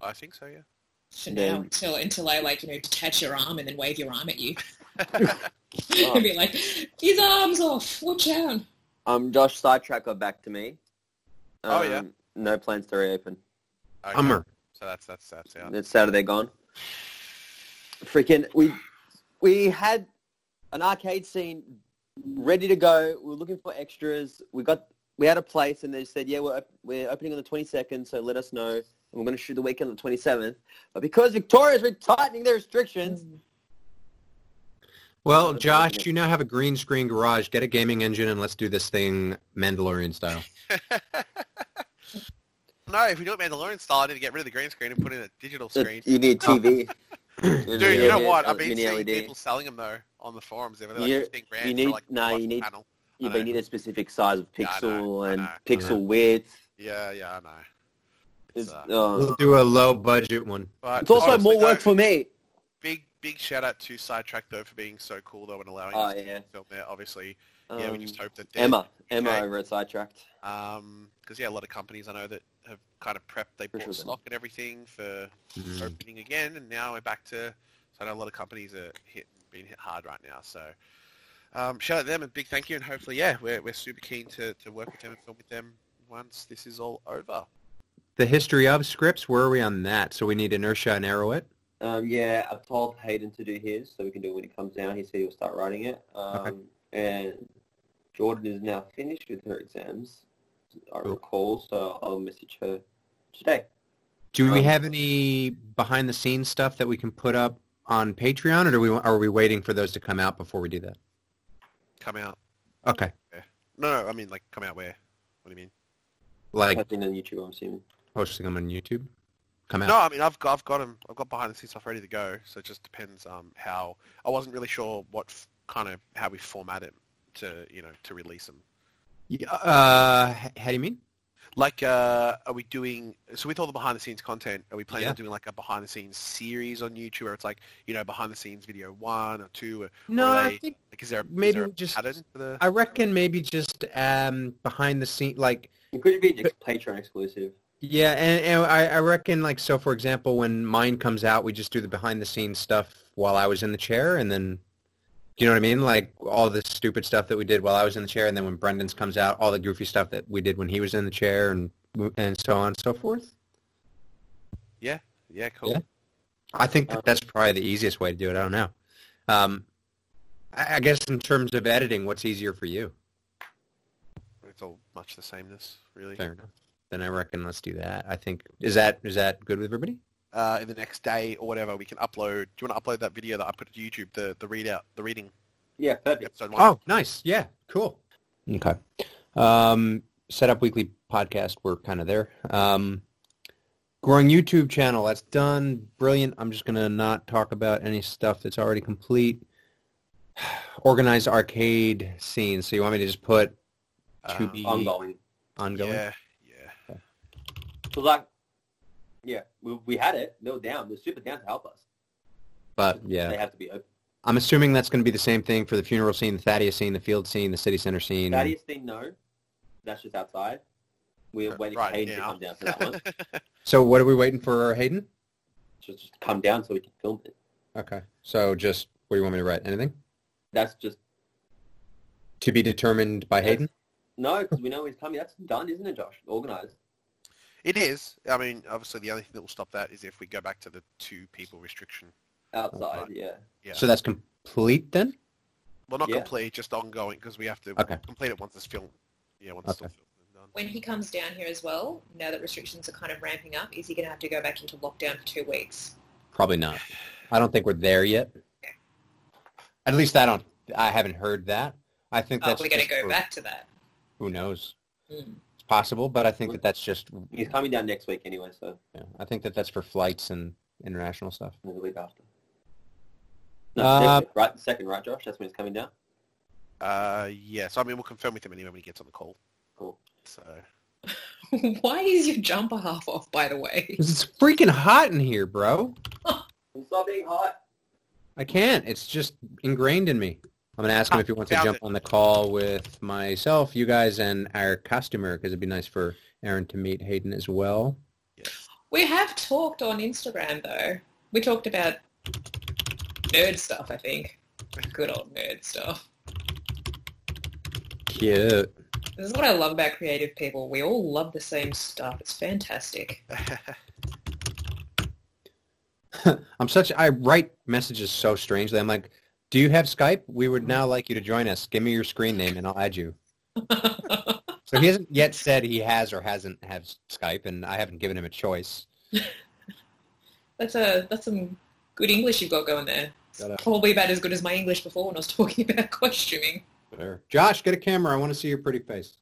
Speaker 3: I think so. Yeah. *laughs*
Speaker 4: For now, until until I like you know detach your arm and then wave your arm at you *laughs*
Speaker 2: Oh.
Speaker 4: and be like, his arms off, watch out.
Speaker 2: Um, Josh Sidetrack got back to me.
Speaker 3: Oh, yeah.
Speaker 2: Um, No plans to reopen.
Speaker 3: Okay.
Speaker 1: Hummer.
Speaker 3: So that's that's that's out.
Speaker 2: It's Saturday gone. Freaking, we we had an arcade scene ready to go. We were looking for extras. We got we had a place, and they said, "Yeah, we're op- we're opening on the 22nd, so let us know." And we're going to shoot the weekend on the 27th. But because Victoria's been tightening their restrictions,
Speaker 1: Well, Josh, you now have a green screen garage. Get a gaming engine and let's do this thing Mandalorian style.
Speaker 3: No, if we do it Mandalorian style, I need to get rid of the green screen and put in a digital screen.
Speaker 2: you need
Speaker 3: *laughs*
Speaker 2: TV.
Speaker 3: *clears throat* Dude, you know
Speaker 2: Yeah,
Speaker 3: what?
Speaker 2: uh,
Speaker 3: I've been
Speaker 2: mini
Speaker 3: seeing
Speaker 2: LED.
Speaker 3: people selling them though on the forums. They're like
Speaker 2: You-
Speaker 3: 15 grand
Speaker 2: you need-
Speaker 3: for like
Speaker 2: nah,
Speaker 3: one
Speaker 2: you need-
Speaker 3: panel.
Speaker 2: Yeah,
Speaker 3: I
Speaker 2: but you
Speaker 3: know.
Speaker 2: need a specific size of
Speaker 3: Yeah, I
Speaker 2: pixel
Speaker 3: know, I
Speaker 2: and
Speaker 3: know, I
Speaker 2: pixel
Speaker 1: know.
Speaker 2: width.
Speaker 3: Yeah, yeah, I know.
Speaker 2: It's,
Speaker 3: Uh,
Speaker 2: uh,
Speaker 1: We'll do a low budget one.
Speaker 3: But
Speaker 2: it's also
Speaker 3: honestly,
Speaker 2: more work
Speaker 3: though,
Speaker 2: for me.
Speaker 3: Big big shout out to Sidetrack though for being so cool though and allowing
Speaker 2: Oh,
Speaker 3: us
Speaker 2: yeah.
Speaker 3: to film there. Obviously, yeah, we
Speaker 2: Um,
Speaker 3: just hope that they're-
Speaker 2: Emma, Emma
Speaker 3: Okay.
Speaker 2: over at Sidetracked.
Speaker 3: Um, because yeah, a lot of companies I know that have kind of prepped, they bought
Speaker 2: sure then.
Speaker 3: stock and everything for
Speaker 1: Mm.
Speaker 3: opening again, and now we're back to. So I know a lot of companies are hit, being hit hard right now. So um, shout out to them and big thank you, and hopefully, yeah, we're, we're super keen to, to work with them and film with them once this is all over.
Speaker 1: The history of scripts. Where are we on that? So we need inertia and arrowhead.
Speaker 2: Um, yeah, I've told Hayden to do his, so we can do it when he comes down. He said he'll start writing it. Um, And Jordan is now finished with her exams, I
Speaker 1: Cool.
Speaker 2: recall, so I'll message her today.
Speaker 1: Do we
Speaker 2: Um,
Speaker 1: have any behind the scenes stuff that we can put up on Patreon, or do we are we waiting for those to come out before we do that?
Speaker 3: Come out?
Speaker 1: Okay,
Speaker 3: No, no, I mean like come out where? What do you mean?
Speaker 1: like
Speaker 2: Posting on YouTube, I'm assuming.
Speaker 1: posting them on YouTube. Come out.
Speaker 3: No, I mean I've got, I've got 'em- I've got behind the scenes stuff ready to go. So it just depends um how I wasn't really sure what f- kind of how we format it to you know to release them.
Speaker 1: Yeah, Uh, h- how do you mean?
Speaker 3: Like, uh, are we doing? So with all the behind the scenes content, are we planning
Speaker 1: Yeah.
Speaker 3: on doing like a behind the scenes series on YouTube, where it's like you know behind the scenes video one or two? Or,
Speaker 1: No,
Speaker 3: Or
Speaker 1: I
Speaker 3: they-
Speaker 1: think
Speaker 3: like, is there a, is
Speaker 1: Maybe
Speaker 3: there a
Speaker 1: we just-
Speaker 3: pattern for the?
Speaker 1: I reckon maybe just um behind the scene, like
Speaker 2: It could be just Patreon exclusive.
Speaker 1: yeah, and, and I I reckon like so. For example, when mine comes out, we just do the behind the scenes stuff while I was in the chair, and then. Do you know what I mean? Like all the stupid stuff that we did while I was in the chair, and then when Brendan's comes out, all the goofy stuff that we did when he was in the chair, and and so on and so forth.
Speaker 3: Yeah, cool.
Speaker 1: Yeah. I think that that's probably the easiest way to do it. I don't know. Um, I, I guess in terms of editing, what's easier for you?
Speaker 3: It's all much the sameness, really.
Speaker 1: Fair enough. Then I reckon let's do that. I think is that is that good with everybody?
Speaker 3: Uh, in the next day or whatever, we can upload. Do you want to upload that video that I put to YouTube? The the readout, the reading
Speaker 2: Yeah, perfect.
Speaker 3: episode one.
Speaker 1: Oh, nice. Yeah, cool. Okay. Um, set up weekly podcast. We're kind of there. Um, growing YouTube channel. That's done. Brilliant. I'm just gonna not talk about any stuff that's already complete. *sighs* Organized arcade scene. So you want me to just put Oh, to
Speaker 3: Um,
Speaker 1: be
Speaker 2: Ongoing.
Speaker 1: ongoing?
Speaker 3: yeah, yeah.
Speaker 2: So like, yeah, we, we had it. They were down. They're super down to help us.
Speaker 1: But yeah.
Speaker 2: They have to be open.
Speaker 1: I'm assuming that's going to be the same thing for the funeral scene, the Thaddeus scene, the field scene, the city center scene.
Speaker 2: Thaddeus thing, no. That's just outside. We're
Speaker 3: Uh,
Speaker 2: waiting
Speaker 3: right
Speaker 2: for Hayden
Speaker 3: now.
Speaker 2: to come down for
Speaker 3: *laughs*
Speaker 2: that one.
Speaker 1: So what are we waiting for, Hayden?
Speaker 2: just, just come down so we can film it.
Speaker 1: Okay. So just what do you want me to write? Anything
Speaker 2: That's just
Speaker 1: to be determined by Hayden?
Speaker 2: No, because we know he's coming. That's done, isn't it, Josh? Organized.
Speaker 3: It is. I mean, obviously, the only thing that will stop that is if we go back to the two people restriction.
Speaker 2: outside. Yeah.
Speaker 3: Yeah.
Speaker 1: So that's complete then?
Speaker 3: well, not
Speaker 2: yeah.
Speaker 3: complete, just ongoing because we have to
Speaker 1: Okay.
Speaker 3: complete it once it's filmed. Yeah, once it's all
Speaker 1: Okay.
Speaker 3: filmed and done.
Speaker 4: When he comes down here as well, now that restrictions are kind of ramping up, is he going to have to go back into lockdown for two weeks?
Speaker 1: Probably not. I don't think we're there yet. At least I don't. I haven't heard that. I think
Speaker 4: Are
Speaker 1: that's
Speaker 4: we going to
Speaker 1: just
Speaker 4: Oh,
Speaker 1: for-
Speaker 4: go back to that?
Speaker 1: Who knows?
Speaker 4: Mm.
Speaker 1: It's possible, but I
Speaker 4: Mm-hmm.
Speaker 1: think that that's just.
Speaker 2: He's coming down next week anyway, so
Speaker 1: yeah, I think that that's for flights and international stuff.
Speaker 2: the week after. No,
Speaker 1: Uh,
Speaker 2: next week, right, second, right, Josh? That's when he's coming down.
Speaker 3: Uh, yeah. So I mean, we'll confirm with him anyway when he gets on the call.
Speaker 2: Cool.
Speaker 3: So
Speaker 4: *laughs*
Speaker 3: *laughs*
Speaker 4: Why is your jumper half off, by the way? *laughs*
Speaker 1: 'Cause It's freaking hot in here, bro.
Speaker 2: Stop being hot.
Speaker 1: I can't. It's just ingrained in me. I'm gonna ask him if he wants to
Speaker 3: Found
Speaker 1: jump
Speaker 3: it.
Speaker 1: on the call with myself, you guys, and our customer, because it'd be nice for Aaron to meet Hayden as well.
Speaker 4: We have talked on Instagram though. We talked about nerd stuff, I think. Good old nerd stuff.
Speaker 1: Cute.
Speaker 4: This is what I love about creative people. We all love the same stuff. It's fantastic. *laughs*
Speaker 1: I'm such. I write messages so strangely. I'm like, "Do you have Skype? We would now like you to join us. Give me your screen name, and I'll add you." So he hasn't yet said he has or hasn't have Skype, and I haven't given him a choice.
Speaker 4: that's a that's some good English you've got going there. It's
Speaker 1: Got it.
Speaker 4: probably about as good as my English before when I was *laughs* talking about costuming.
Speaker 1: Fair. Josh, get a camera. I want to see your pretty face,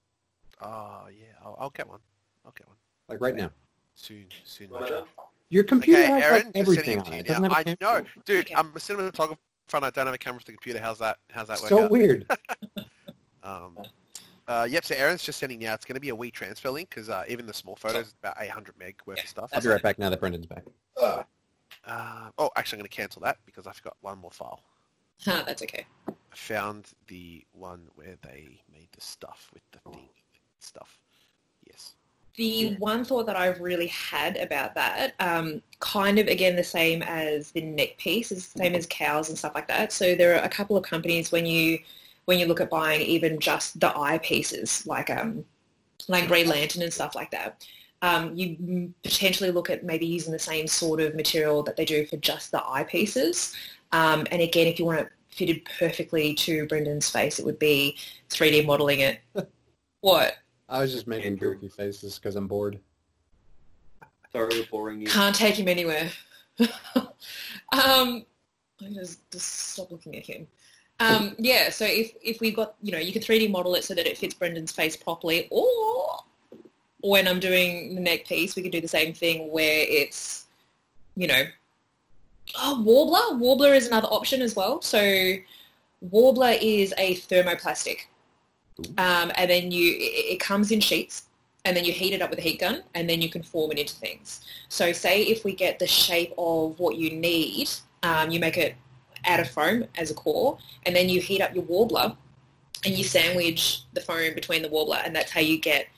Speaker 3: Oh, yeah. I'll, I'll get one. I'll get one
Speaker 1: like right now.
Speaker 3: soon. Soon.
Speaker 2: Right
Speaker 3: Roger.
Speaker 2: up.
Speaker 1: Your computer
Speaker 3: okay,
Speaker 1: has
Speaker 3: Aaron.
Speaker 1: like
Speaker 3: just
Speaker 1: everything
Speaker 3: sending
Speaker 1: on
Speaker 3: it to
Speaker 1: it.
Speaker 3: you
Speaker 1: It doesn't
Speaker 3: now.
Speaker 1: have a
Speaker 3: I know,
Speaker 1: camera.
Speaker 3: dude.
Speaker 4: Okay.
Speaker 3: I'm a cinematographer and I don't have a camera for the computer. How's that? How's that work
Speaker 1: So
Speaker 3: out? *laughs*
Speaker 1: weird.
Speaker 3: Um, uh, yep. So Aaron's just sending now. It's going to be a wee transfer link because uh, even the small photos is about 800 meg worth
Speaker 4: Yeah,
Speaker 3: of stuff.
Speaker 1: I'll be right back now that Brendan's back.
Speaker 3: Uh, oh, actually, I'm going to cancel that because I forgot one more file.
Speaker 4: Huh, that's okay.
Speaker 3: I found the one where they made the stuff with the thing stuff. Yes.
Speaker 4: The one thought that I've really had about that, um, kind of again the same as the neck piece, is the same as cows and stuff like that. So there are a couple of companies when you when you look at buying even just the eye pieces, like um, like Grey Lantern and stuff like that. Um, you m- potentially look at maybe using the same sort of material that they do for just the eye pieces. Um, and again, if you want it fitted perfectly to Brendan's face, it would be 3D modeling it. what?
Speaker 1: I was just making goofy faces because I'm bored.
Speaker 2: Sorry, we're boring you.
Speaker 4: Can't take him anywhere. *laughs* um, I just, just stop looking at him. Um, yeah, so if, if we got, you know, you could 3D model it so that it fits Brendan's face properly, or when I'm doing the neck piece, we could do the same thing where it's, you know, oh, Warbler. Warbler is another option as well. So Warbler is a thermoplastic. Um, and then you, it, it comes in sheets and then you heat it up with a heat gun and then you can form it into things. So say if we get the shape of what you need, um, you make it out of foam as a core, and then you heat up your warbler and you sandwich the foam between the warbler, and that's how you get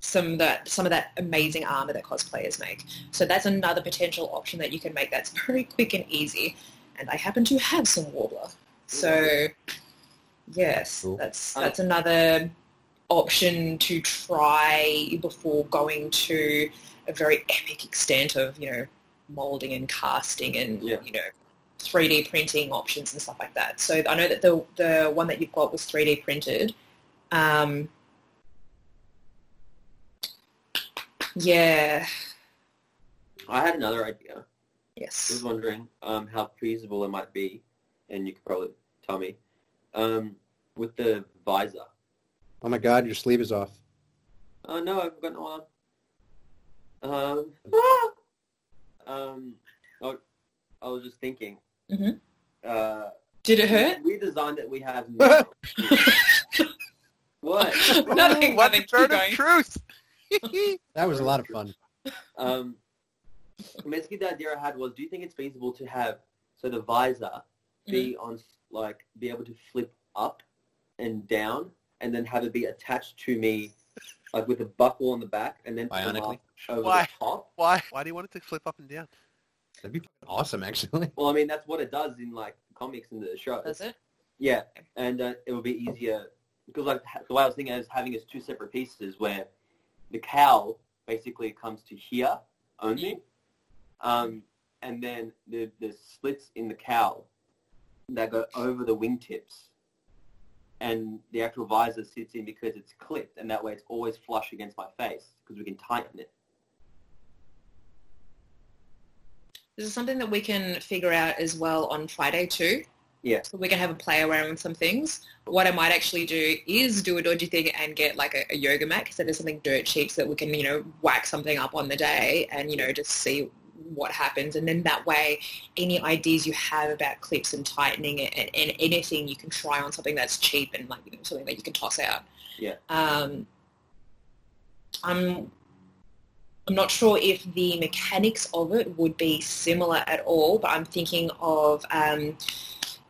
Speaker 4: some of that some of that amazing armor that cosplayers make. So that's another potential option that you can make. That's *laughs* very quick and easy. And I happen to have some warbler, so yes,
Speaker 1: Cool.
Speaker 4: that's that's another option to try before going to a very epic extent of you know molding and casting and
Speaker 2: Yeah.
Speaker 4: you know 3D printing options and stuff like that. So I know that the the one that you've got was 3D printed. Um, yeah.
Speaker 2: I had another idea. I was
Speaker 4: Yes.
Speaker 2: wondering um, how feasible it might be, and you could probably tell me, um, with the visor.
Speaker 1: Oh my god, your sleeve is off.
Speaker 2: Oh no, I've got no arm. Um, ah! *laughs* um, I, I was just thinking.
Speaker 4: Mhm.
Speaker 2: Uh,
Speaker 4: Did it hurt? *laughs*
Speaker 2: We designed that we have now. *laughs* what?
Speaker 4: Nothing. Nothing.
Speaker 3: What the
Speaker 4: Keep
Speaker 3: burden of
Speaker 4: going.
Speaker 3: truth? *laughs*
Speaker 1: That was a lot of fun.
Speaker 2: Um, basically, the idea I had was: Do you think it's feasible to have so the visor be on like be able to flip up and down, and then have it be attached to me, like with a buckle on the back, and then put the
Speaker 1: Bionically?
Speaker 2: mask over
Speaker 3: Why?
Speaker 2: the top?
Speaker 3: Why? Why do you want it to flip up and down?
Speaker 1: That'd be awesome, actually. *laughs*
Speaker 2: Well, I mean that's what it does in like comics and the show.
Speaker 4: Does it?
Speaker 2: Yeah, and uh, it would be easier because like ha- the way I was thinking is having as two separate pieces where the cowl basically comes to here only, um, and then the, the slits in the cowl that go over the wingtips, and the actual visor sits in because it's clipped, and that way it's always flush against my face because we can tighten it.
Speaker 4: This is something that we can figure out as well on Friday too.
Speaker 2: Yeah.
Speaker 4: So we can have a play around with some things. What I might actually do is do a dodgy thing and get like a, a yoga mat because there's something dirt cheap so that we can, you know, whack something up on the day and, you know, just see what happens. And then that way, any ideas you have about clips and tightening it and, and anything you can try on something that's cheap and like you know, something that you can toss out.
Speaker 2: Yeah.
Speaker 4: Um, I'm I'm not sure if the mechanics of it would be similar at all, but I'm thinking of um,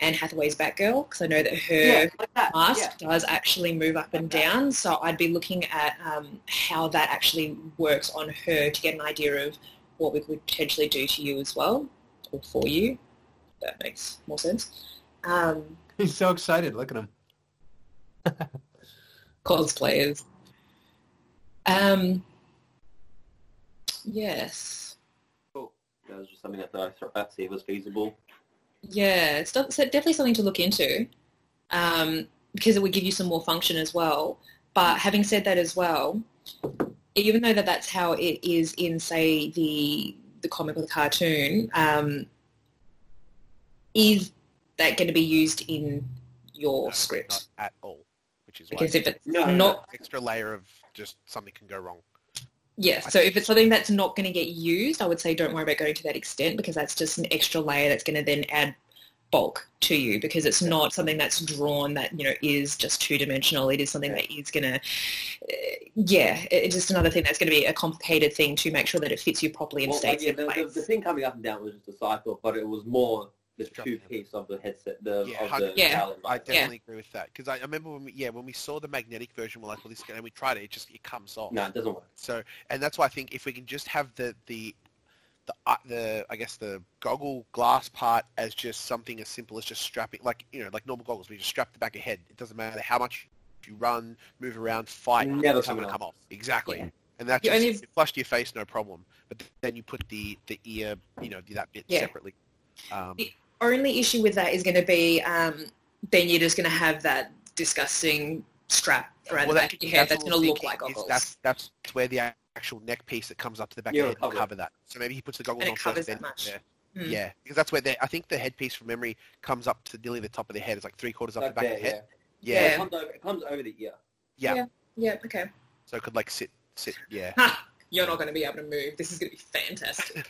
Speaker 4: Anne Hathaway's Batgirl because I know that her
Speaker 2: Yeah, like that.
Speaker 4: mask
Speaker 2: Yeah.
Speaker 4: does actually move up and
Speaker 2: Okay.
Speaker 4: down. So I'd be looking at um, how that actually works on her to get an idea of what we could potentially do to you as well, or for you. That makes more sense. Um,
Speaker 1: He's so excited. Look at him.
Speaker 4: cosplayers. Um, yes.
Speaker 2: Cool. That was just something that I thought about, see if it was feasible.
Speaker 4: Yeah, it's def- so definitely something to look into um, because it would give you some more function as well. But having said that as well, even though that that's how it is in, say, the the comic or the cartoon, um, is that going to be used in your
Speaker 3: No,
Speaker 4: script?
Speaker 3: Uh, Not at all, which is why
Speaker 4: Because if it's
Speaker 2: No, no,
Speaker 4: not
Speaker 3: extra layer of just something can go wrong.
Speaker 4: Yes. So if it's something that's not going to get used, I would say don't worry about going to that extent because that's just an extra layer that's going to then add bulk to you because it's not something that's drawn that you know is just two dimensional. It is something that is going to, yeah, it- it's just another thing that's going to be a complicated thing to make sure that it fits you properly and
Speaker 2: Well, uh,
Speaker 4: stays
Speaker 2: yeah,
Speaker 4: in
Speaker 2: the, the,
Speaker 4: place.
Speaker 2: the thing coming up and down was just a cycle, but it was more the
Speaker 3: Structure.
Speaker 2: two piece of the headset, the
Speaker 3: Yeah,
Speaker 2: of the
Speaker 3: 100%.
Speaker 4: Yeah.
Speaker 2: palette.
Speaker 3: I definitely agree with that because I, I remember when we, yeah when we saw the magnetic version, we're like, well, this is gonna, and we tried it, it just it comes off.
Speaker 2: No, it doesn't work.
Speaker 3: So, and that's why I think if we can just have the the the, uh, the I guess the goggle glass part as just something as simple as just strapping, like you know, like normal goggles, we just strap the back of your head. It doesn't matter how much you run, move around, fight,
Speaker 2: Never
Speaker 3: it's not
Speaker 2: coming
Speaker 3: gonna
Speaker 2: off.
Speaker 3: come off. Exactly.
Speaker 4: Yeah.
Speaker 3: And that's
Speaker 4: You
Speaker 3: just,
Speaker 4: only-
Speaker 3: it flush to your face, no problem. But then you put the the ear, you know, that bit
Speaker 4: Yeah.
Speaker 3: separately. Um,
Speaker 4: The- Only issue with that is going to be um, then you're just going to have that disgusting strap around
Speaker 3: Well,
Speaker 4: the
Speaker 3: that-
Speaker 4: back of your head that's
Speaker 3: that's what
Speaker 4: going to
Speaker 3: we're
Speaker 4: look
Speaker 3: thinking
Speaker 4: like
Speaker 3: is
Speaker 4: goggles.
Speaker 3: That's that's where the a- actual neck piece that comes up to the back
Speaker 2: Yeah,
Speaker 3: of the head will
Speaker 2: cover it.
Speaker 3: cover that. So maybe he puts the goggles
Speaker 4: And it
Speaker 3: on
Speaker 4: covers
Speaker 3: first. then
Speaker 4: that much.
Speaker 3: Yeah.
Speaker 4: Mm.
Speaker 3: yeah, because that's where they. I think the headpiece from memory comes up to nearly the top of the head. It's like three quarters up the
Speaker 2: Like
Speaker 3: back
Speaker 2: there,
Speaker 3: of the head.
Speaker 4: yeah.
Speaker 3: Yeah.
Speaker 2: It, comes over, it comes over the ear.
Speaker 3: Yeah.
Speaker 4: Yeah. Yeah. Okay.
Speaker 3: So it could like sit sit. Yeah. *laughs*
Speaker 4: ha, you're not going to be able to move. This is going to be fantastic.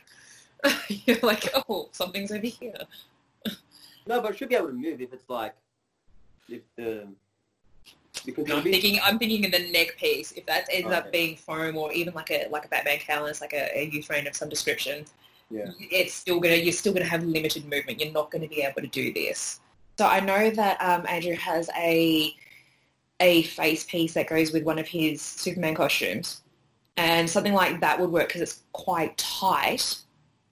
Speaker 4: *laughs* you're like, oh, something's over here.
Speaker 2: No, but it should be able to move if it's like if the because
Speaker 4: I'm
Speaker 2: it'll be,
Speaker 4: thinking, I'm thinking in the neck piece. If that ends
Speaker 2: Okay.
Speaker 4: up being foam or even like a like a Batman cowl, it's like a, a Euphrain of some description.
Speaker 2: Yeah.
Speaker 4: it's still gonna you're still gonna have limited movement. You're not going to be able to do this. So I know that um, Andrew has a a face piece that goes with one of his Superman costumes, and something like that would work because it's quite tight.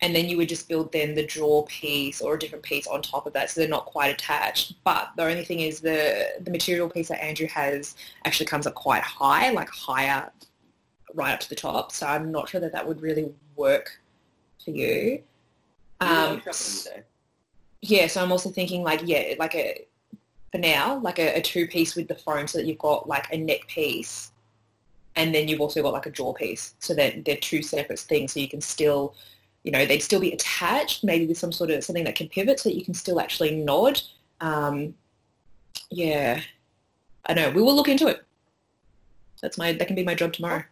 Speaker 4: and then you would just build then the draw piece or a different piece on top of that so they're not quite attached but the only thing is the the material piece that andrew has actually comes up quite high like higher right up to the top so i'm not sure that that would really work for you um, yeah so i'm also thinking like yeah like a for now like a, a two piece with the foam so that you've got like a neck piece and then you've also got like a jaw piece so that they're two separate things so you can still you know they'd still be attached maybe with some sort of something that can pivot so that you can still actually nod um, yeah i know we will look into it that's my that can be my job tomorrow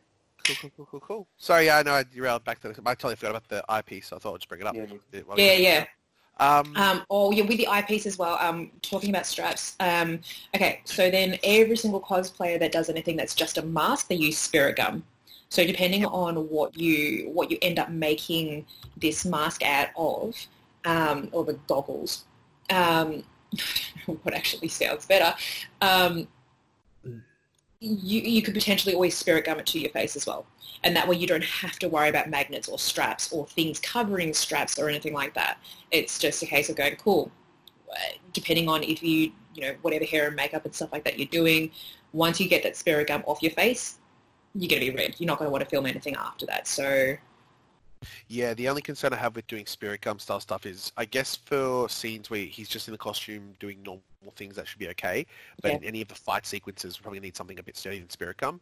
Speaker 3: Cool, cool, cool, cool, cool. Sorry, yeah, I know I derailed back to. The, I totally forgot about the eyepiece. So I thought I'd just bring it up.
Speaker 2: Yeah.
Speaker 3: It- well,
Speaker 4: yeah yeah
Speaker 3: Um,
Speaker 4: Um, oh, yeah, with the eyepiece as well. Um, talking about straps. Um, okay, so then every single cosplayer that does anything that's just a mask, they use spirit gum. So depending on what you what you end up making this mask out of, um, or the goggles, um, *laughs* what actually sounds better, um, you you could potentially always spirit gum it to your face as well, and that way you don't have to worry about magnets or straps or things covering straps or anything like that it's just a case of going cool uh, depending on if you you know whatever hair and makeup and stuff like that you're doing once you get that spirit gum off your face you're going to be red. You're not going to want to film anything after that. So
Speaker 3: Yeah, the only concern I have with doing spirit gum style stuff is, I guess, for scenes where he's just in a costume doing normal things, that should be okay. But in any of the fight sequences, we probably need something a bit sturdier than spirit gum.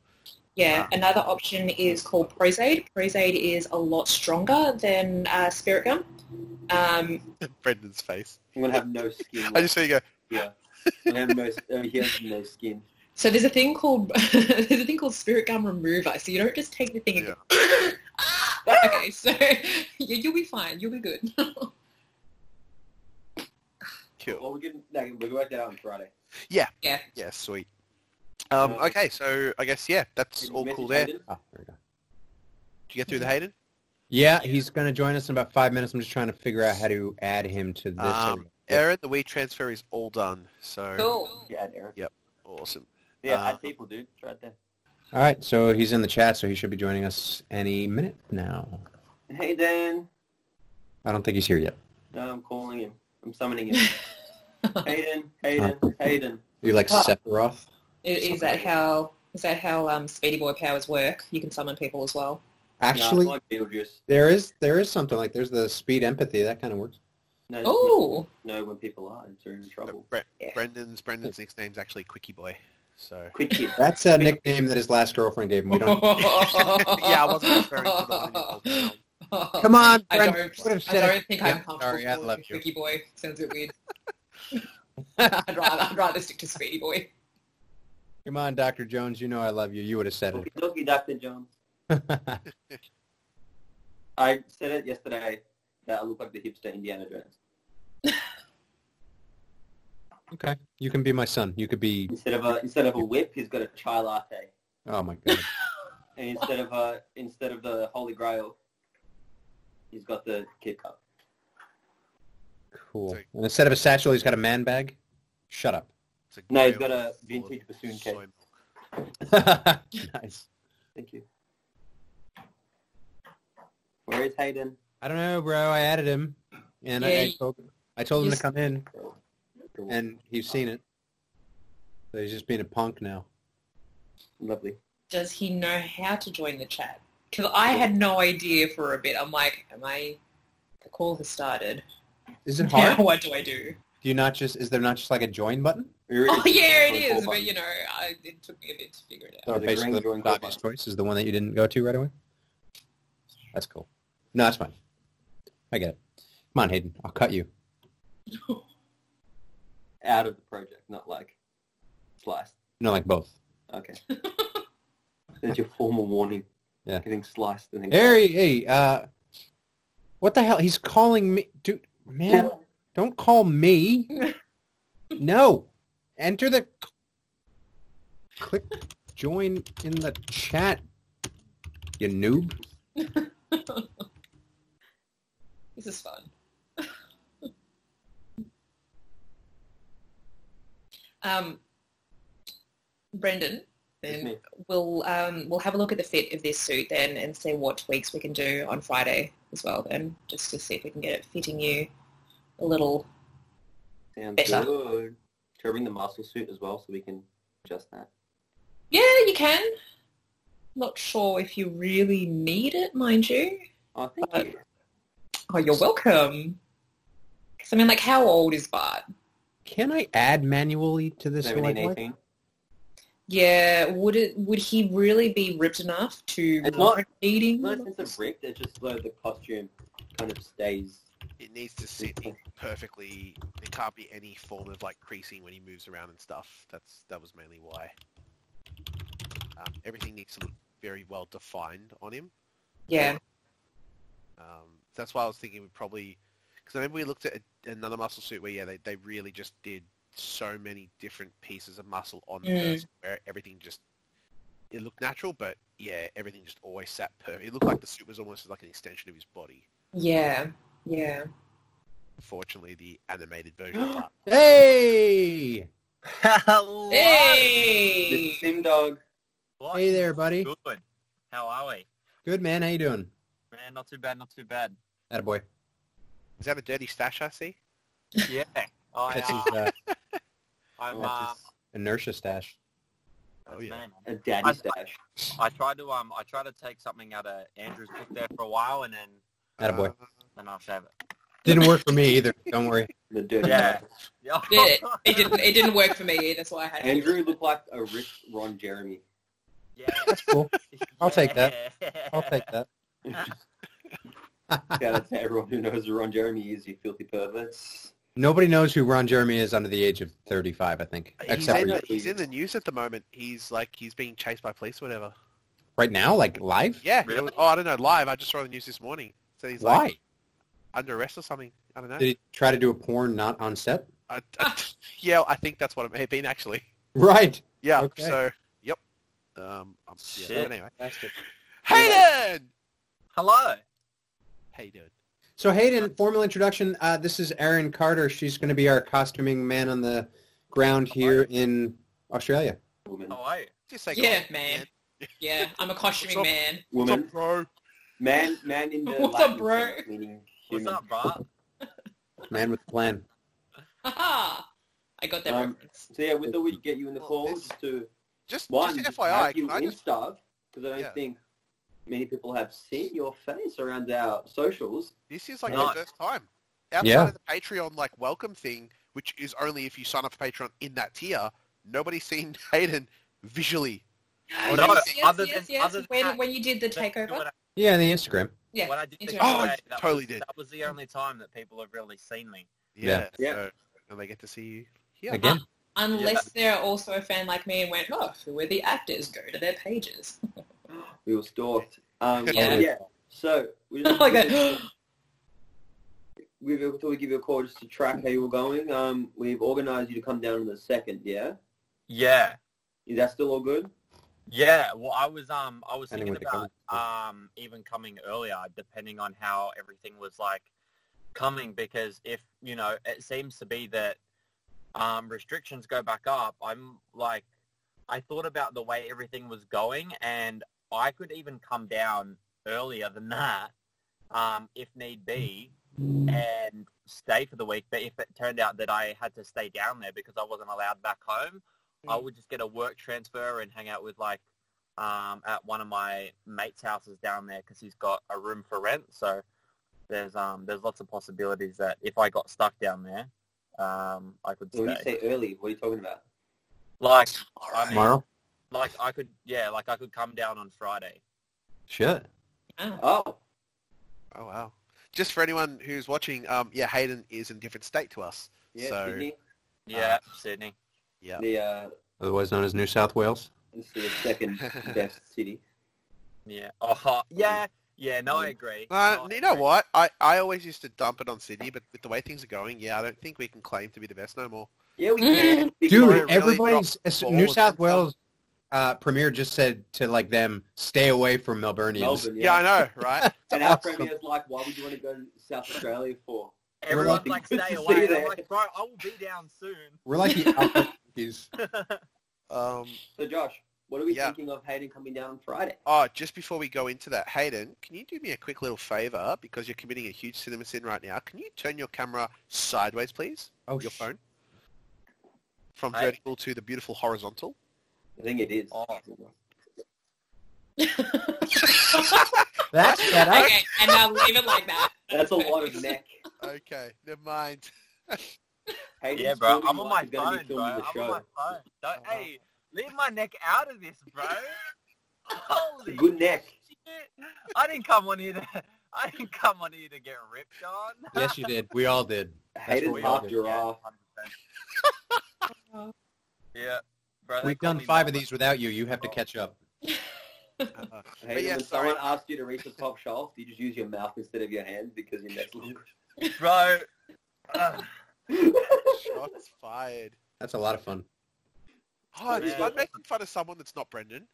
Speaker 4: Yeah,
Speaker 3: Ah.
Speaker 4: another option is called Prozade. Prozade is a lot stronger than uh, Spirit Gum. Um,
Speaker 3: Brendan's face.
Speaker 2: I'm gonna have no skin.
Speaker 3: I just see you go.
Speaker 2: Yeah. I'm gonna have no, over here, I have no
Speaker 3: *laughs*
Speaker 2: skin.
Speaker 4: so there's a thing called *laughs* there's a thing called Spirit Gum Remover. So you don't just take the thing. And go, *laughs* "Ah!" okay, so *laughs* yeah, you'll be fine. You'll be good. *laughs*
Speaker 3: Cool.
Speaker 2: Well, we're gonna, no, we're gonna work that out on Friday.
Speaker 4: yeah,
Speaker 3: Yeah, sweet. Um,
Speaker 2: Uh,
Speaker 3: okay, so I guess yeah, that's all cool there. Did
Speaker 2: Hayden?
Speaker 1: Ah, there we go.
Speaker 3: you get through the Hayden?
Speaker 1: Yeah, he's going to join us in about five minutes. I'm just trying to figure out how to add him to this.
Speaker 4: Ah.
Speaker 3: Um, Aaron, the Wii transfer is all done. So
Speaker 4: cool.
Speaker 2: Yeah, Aaron.
Speaker 3: awesome.
Speaker 2: Yeah,
Speaker 3: Uh,
Speaker 2: add people, dude. It's right there.
Speaker 1: All right, so he's in the chat, so he should be joining us any minute now.
Speaker 2: Hey, Dan.
Speaker 1: I don't think he's here yet.
Speaker 2: No, I'm calling him. I'm summoning
Speaker 4: *laughs*
Speaker 2: him. Hayden, Hayden,
Speaker 1: Uh,
Speaker 2: Hayden.
Speaker 1: You like
Speaker 2: Ah.
Speaker 1: Sephiroth?
Speaker 4: I- Is that how is that how um, Speedy Boy powers work? You can summon people as well.
Speaker 1: Actually,
Speaker 2: no, I like Beetlejuice.
Speaker 1: there is there is something like there's the speed empathy that kind of works.
Speaker 2: No,
Speaker 4: Oh,
Speaker 2: no, when people are, they're in trouble.
Speaker 3: Uh, Bre-
Speaker 4: Yeah.
Speaker 3: Brendan's Brendan's nickname's actually Quickie Boy.
Speaker 2: *laughs*
Speaker 3: So *laughs*
Speaker 1: *laughs*
Speaker 2: Quick kid.
Speaker 1: That's a nickname that his last girlfriend gave him. We
Speaker 4: *laughs*
Speaker 1: don't. *laughs*
Speaker 3: yeah, I wasn't referring to the one in Old Town.
Speaker 1: Come on,
Speaker 4: *laughs* I
Speaker 1: Brent,
Speaker 4: don't-
Speaker 1: would have
Speaker 4: I
Speaker 1: said it.
Speaker 4: don't think I'm
Speaker 1: Yeah,
Speaker 4: comfortable.
Speaker 1: sorry, I
Speaker 4: with
Speaker 1: love you.
Speaker 4: Squeaky boy sounds a bit *laughs* weird. I'd rather I'd rather stick to Speedy boy.
Speaker 1: Come on, Doctor Jones, you know I love you. You would have said
Speaker 2: Okie dokie, Dr. John.
Speaker 4: *laughs*
Speaker 1: it.
Speaker 2: I said it yesterday that I look like the hipster Indiana Jones.
Speaker 1: okay, you can be my son. You could be.
Speaker 2: Instead of a instead of a whip, he's got a chai latte,
Speaker 1: Oh my
Speaker 4: *laughs*
Speaker 1: god.
Speaker 2: and instead of a instead of the Holy Grail, he's got the Kit Cup.
Speaker 1: Cool. And instead of a satchel, he's got a man bag. Shut up.
Speaker 3: It's
Speaker 2: No, he's
Speaker 3: grill
Speaker 2: got a
Speaker 3: full of
Speaker 2: vintage bassoon case.
Speaker 3: soy milk.
Speaker 1: nice.
Speaker 2: Thank you. Where is Hayden?
Speaker 1: I don't know, bro. I added him, and I,
Speaker 4: Yeah,
Speaker 1: I
Speaker 4: you-
Speaker 1: told, I told him
Speaker 4: you
Speaker 1: to
Speaker 4: s-
Speaker 1: come in,
Speaker 2: Oh,
Speaker 1: and he's seen it. So he's just being a punk now.
Speaker 2: Lovely.
Speaker 4: Does he know how to join the chat? Because I had no idea for a bit. I'm like, am I? The call has started.
Speaker 1: Is it hard?
Speaker 4: Now *laughs* what do I do?
Speaker 1: Do you not just? Is there not just like a join button?
Speaker 4: Oh yeah, it is. But you know, I, it took me a bit to figure it out.
Speaker 1: Or
Speaker 2: There's a
Speaker 1: basically,
Speaker 2: green join
Speaker 1: the obvious choice is the one that you didn't go to right away. That's cool. No, that's fine. I get it. Come on, Hayden. I'll cut you.
Speaker 2: out of the project, not like sliced.
Speaker 1: No, like both.
Speaker 5: *laughs*
Speaker 2: Okay. That's your formal warning.
Speaker 1: Yeah.
Speaker 2: Getting sliced and then
Speaker 1: Hey, hey. Uh, what the hell? He's calling me, dude. Man, don't call me. No. Enter the. Click join in the chat. You noob.
Speaker 4: This is fun. *laughs* um, Brendan,
Speaker 2: It's
Speaker 4: then
Speaker 2: me.
Speaker 4: we'll um, we'll have a look at the fit of this suit then, and see what tweaks we can do on Friday as well. Then, just to see if we can get it fitting you a little.
Speaker 2: Sounds
Speaker 4: Better.
Speaker 2: good. Should I bring the muscle suit as well so we can adjust that?
Speaker 4: Yeah, you can. Not sure if you really need it, mind you.
Speaker 2: Oh, thank
Speaker 5: Uh,
Speaker 4: But-
Speaker 2: you.
Speaker 4: Oh, you're welcome. 'Cause, I mean, like, how old is Bart?
Speaker 1: Can I add manually to this?
Speaker 2: 17,
Speaker 1: like,
Speaker 2: 18.
Speaker 4: Yeah, would it? Would he really be ripped enough to
Speaker 2: It's not-
Speaker 4: warrant eating?
Speaker 2: Not a sense of ripped, it's just like the costume kind of stays.
Speaker 5: Mm.
Speaker 3: It needs to sit in perfectly. There can't be any form of like creasing when he moves around and stuff. That's that was mainly why. Um, everything needs to look very well defined on him.
Speaker 4: Yeah,
Speaker 3: Um, that's why I was thinking we probably because I remember we looked at a, another muscle suit where yeah they, they really just did so many different pieces of muscle on the
Speaker 4: Mm.
Speaker 3: person where everything just it looked natural but yeah everything just always sat perfect. It looked like the suit was almost like an extension of his body.
Speaker 4: yeah, yeah.
Speaker 3: Fortunately, the animated version. of that.
Speaker 1: Hey,
Speaker 5: Hello.
Speaker 2: The
Speaker 4: Hey,
Speaker 2: Sim Dog.
Speaker 5: What?
Speaker 1: hey there, buddy.
Speaker 5: Good. How are we?
Speaker 1: Good man. How you doing?
Speaker 5: Man, not too bad, not
Speaker 1: *laughs*
Speaker 5: too bad.
Speaker 1: Attaboy. boy.
Speaker 3: Is that a dirty stash I see?
Speaker 5: Yeah. I,
Speaker 1: That's
Speaker 5: uh,
Speaker 1: his uh,
Speaker 5: I'm,
Speaker 1: that's
Speaker 5: uh,
Speaker 1: *laughs* his inertia stash.
Speaker 3: Oh, yeah.
Speaker 5: Man,
Speaker 2: A daddy
Speaker 5: I-
Speaker 2: stash.
Speaker 5: I tried to um I tried to take something out of Andrew's book there for a while and then
Speaker 1: Attaboy.
Speaker 3: Uh,
Speaker 5: then I'll shave it.
Speaker 1: Didn't work for me either. Don't worry.
Speaker 2: The dirty
Speaker 5: Yeah.
Speaker 2: mouth.
Speaker 5: *laughs* Yeah.
Speaker 4: Yeah, it didn't. It didn't work for me. either, That's why I had to-
Speaker 2: Andrew looked like a rich Ron Jeremy.
Speaker 5: yeah.
Speaker 1: Cool. *laughs* I'll take that. I'll take that.
Speaker 2: Shout out to everyone who knows who Ron Jeremy is, you filthy perverts.
Speaker 1: Nobody knows who Ron Jeremy is under the age of 35, I think,
Speaker 3: He's
Speaker 1: except
Speaker 3: in,
Speaker 1: for you.
Speaker 3: the, he's in the news at the moment. He's like he's being chased by police, or whatever.
Speaker 1: right now, like live.
Speaker 3: Yeah.
Speaker 5: Really?
Speaker 3: Oh, I don't know. Live. I just saw the news this morning. So he's
Speaker 1: Why?
Speaker 3: like under arrest or something. I don't know.
Speaker 1: Did he try to do a porn not on set?
Speaker 3: I, I- *laughs* yeah, I think that's what it may have been actually.
Speaker 1: Right.
Speaker 3: Yeah.
Speaker 1: Okay.
Speaker 3: So, yep. Um, um, yeah,
Speaker 5: Shit.
Speaker 3: but anyway.
Speaker 5: Yeah.
Speaker 3: Hayden!
Speaker 5: *laughs* Hello.
Speaker 3: Hayden.
Speaker 1: So Hayden, formal introduction. Uh, this is Erin Carter. She's going to be our costuming man on the ground here in Australia.
Speaker 2: Woman.
Speaker 5: How are you?
Speaker 3: Just say
Speaker 4: Yeah,
Speaker 3: good.
Speaker 4: man. Yeah, I'm a costuming
Speaker 3: What's up?
Speaker 4: man.
Speaker 3: What's up,
Speaker 2: Woman.
Speaker 3: bro?
Speaker 2: Man, man in the
Speaker 4: *laughs* What's
Speaker 2: Latin
Speaker 4: up, bro?
Speaker 2: sense, meaning
Speaker 5: What's
Speaker 2: human.
Speaker 5: up, Bart?
Speaker 1: Man with a plan.
Speaker 4: Haha! I got that
Speaker 2: Um,
Speaker 4: reference.
Speaker 2: So yeah, we thought we'd get you in the
Speaker 3: Well,
Speaker 2: call
Speaker 3: Oh, it's-
Speaker 2: just to
Speaker 3: Just,
Speaker 2: one
Speaker 3: just
Speaker 2: just
Speaker 3: FYI,
Speaker 2: have
Speaker 3: can
Speaker 2: you
Speaker 3: I
Speaker 2: in
Speaker 3: just
Speaker 2: stuff because I don't
Speaker 3: Yeah.
Speaker 2: think many people have seen your face around our socials.
Speaker 3: This is like
Speaker 5: Nice.
Speaker 3: the first time outside
Speaker 1: Yeah.
Speaker 3: of the Patreon like welcome thing, which is only if you sign up for Patreon in that tier. Nobody's *laughs* seen Hayden visually.
Speaker 4: Yes,
Speaker 5: no,
Speaker 4: yes,
Speaker 5: other
Speaker 4: yes,
Speaker 5: than-
Speaker 4: yes.
Speaker 5: other than
Speaker 4: when,
Speaker 5: that-
Speaker 4: when you did the takeover,
Speaker 5: What I,
Speaker 1: Yeah, on the Instagram.
Speaker 4: yeah.
Speaker 5: what I did the
Speaker 4: Into-
Speaker 5: giveaway,
Speaker 4: Oh, I
Speaker 5: that was-
Speaker 3: totally did.
Speaker 5: That was the only time that people have really seen me.
Speaker 3: Yeah.
Speaker 1: Yeah.
Speaker 2: Yeah.
Speaker 3: So, and they get to see you. Yeah.
Speaker 1: Again.
Speaker 4: Unless they're also a fan like me and went, oh, who were the actors? Go to their pages. *laughs*
Speaker 2: We were stalked. Um,
Speaker 4: Yeah.
Speaker 2: yeah. So we
Speaker 4: *laughs*
Speaker 2: just
Speaker 4: like that. *gasps*
Speaker 2: we thought we'd give you a call just to track how you were going. Um, we've organised you to come down on the second. Yeah,
Speaker 5: Yeah.
Speaker 2: is that still all good?
Speaker 5: Yeah, well, I was um, I was
Speaker 1: Depending
Speaker 5: thinking
Speaker 1: what
Speaker 5: about um, even coming earlier, depending on how everything was like coming, because if you know, it seems to be that um, restrictions go back up. I'm like, I thought about the way everything was going, and I could even come down earlier than that, um, if
Speaker 1: Hmm.
Speaker 5: need be, and stay for the week. But if it turned out that I had to stay down there because I wasn't allowed back home,
Speaker 3: Mm.
Speaker 5: I would just get a work transfer and hang out with like um, at one of my mates' houses down there because he's got a room for rent. So there's um, there's lots of possibilities that if I got stuck down there, um, I could
Speaker 2: When you
Speaker 5: stay.
Speaker 2: say early, what are you talking about?
Speaker 5: Like I mean,
Speaker 1: Tomorrow.
Speaker 5: like I could yeah, like I could come down on Friday.
Speaker 1: Shit.
Speaker 4: Oh.
Speaker 2: Oh,
Speaker 3: Oh wow. Just for anyone who's watching, um, yeah, Hayden is in a different state to us.
Speaker 2: yeah,
Speaker 3: So-
Speaker 2: Sydney.
Speaker 5: Yeah, Sydney.
Speaker 3: Yeah.
Speaker 2: The uh,
Speaker 1: Otherwise known as New South Wales.
Speaker 2: it's the
Speaker 3: *laughs*
Speaker 2: second best city.
Speaker 5: Yeah. Oh, *laughs* yeah. Yeah. No, I agree.
Speaker 3: Uh,
Speaker 5: No, I
Speaker 3: you know
Speaker 5: agree.
Speaker 3: what? I, I always used to dump it on Sydney, but with the way things are going, yeah, I don't think we can claim to be the best no more.
Speaker 2: Yeah,
Speaker 4: *laughs*
Speaker 2: we can.
Speaker 1: Dude,
Speaker 3: really
Speaker 1: everybody's
Speaker 3: dropped the ball
Speaker 1: New
Speaker 3: with
Speaker 1: South
Speaker 3: themselves.
Speaker 1: Wales uh, premier just said to like them, stay away from Melburnians.
Speaker 2: Melbourne.
Speaker 3: Yeah, I know, right?
Speaker 2: And our
Speaker 1: Awesome.
Speaker 2: premier's like, why would you want to go to South Australia for?
Speaker 5: Everyone's
Speaker 2: We're
Speaker 5: like,
Speaker 2: lucky. See
Speaker 5: stay away.
Speaker 2: there.
Speaker 5: I'm like, bro, I will be down soon.
Speaker 1: We're like the alpha monkeys.
Speaker 3: Um,
Speaker 2: So Josh, what are we
Speaker 3: Yeah.
Speaker 2: thinking of Hayden coming down on Friday?
Speaker 3: Oh, just before we go into that, Hayden, can you do me a quick little favor because you're committing a huge cinema sin right now? Can you turn your camera sideways, please?
Speaker 1: Oh,
Speaker 3: Your
Speaker 1: sh-
Speaker 3: phone from
Speaker 5: Hey.
Speaker 3: vertical to the beautiful horizontal.
Speaker 2: I think it is.
Speaker 5: Oh.
Speaker 1: That's
Speaker 4: *laughs*
Speaker 1: better.
Speaker 4: okay, and now leave it like that.
Speaker 5: *laughs*
Speaker 2: That's a lot of neck.
Speaker 3: Okay, never
Speaker 2: *laughs*
Speaker 3: mind.
Speaker 2: Hayden's
Speaker 5: Yeah, bro.
Speaker 2: filming
Speaker 5: I'm on
Speaker 2: like
Speaker 5: my
Speaker 2: he's gonna
Speaker 5: phone,
Speaker 2: be
Speaker 5: bro.
Speaker 2: filming
Speaker 5: I'm
Speaker 2: the
Speaker 5: on my
Speaker 2: show.
Speaker 5: phone. Don't, hey, leave my neck out of this,
Speaker 2: *laughs*
Speaker 5: bro. Holy
Speaker 2: Good neck.
Speaker 5: shit! I didn't come on here. To, *laughs* I didn't come on here to get ripped on.
Speaker 1: Yes, you did. We all did.
Speaker 2: Hayden's
Speaker 1: what we all
Speaker 2: half
Speaker 1: did.
Speaker 2: giraffe.
Speaker 5: yeah, bro. they
Speaker 1: We've
Speaker 5: call
Speaker 1: done
Speaker 5: me
Speaker 1: five of
Speaker 5: Melbourne. Oh.
Speaker 1: these without you. You have to catch up.
Speaker 3: Uh,
Speaker 2: Hayden,
Speaker 3: yeah,
Speaker 2: when
Speaker 3: sorry.
Speaker 2: someone asks you to reach the top shelf, do you just use your mouth instead of your hands because your neck's
Speaker 5: *laughs*
Speaker 2: long?
Speaker 5: bro. uh, Ugh.
Speaker 2: *laughs*
Speaker 3: shots fired.
Speaker 1: That's a lot of fun.
Speaker 3: Oh, it's
Speaker 5: Yeah.
Speaker 3: fun making fun of someone that's not Brendan.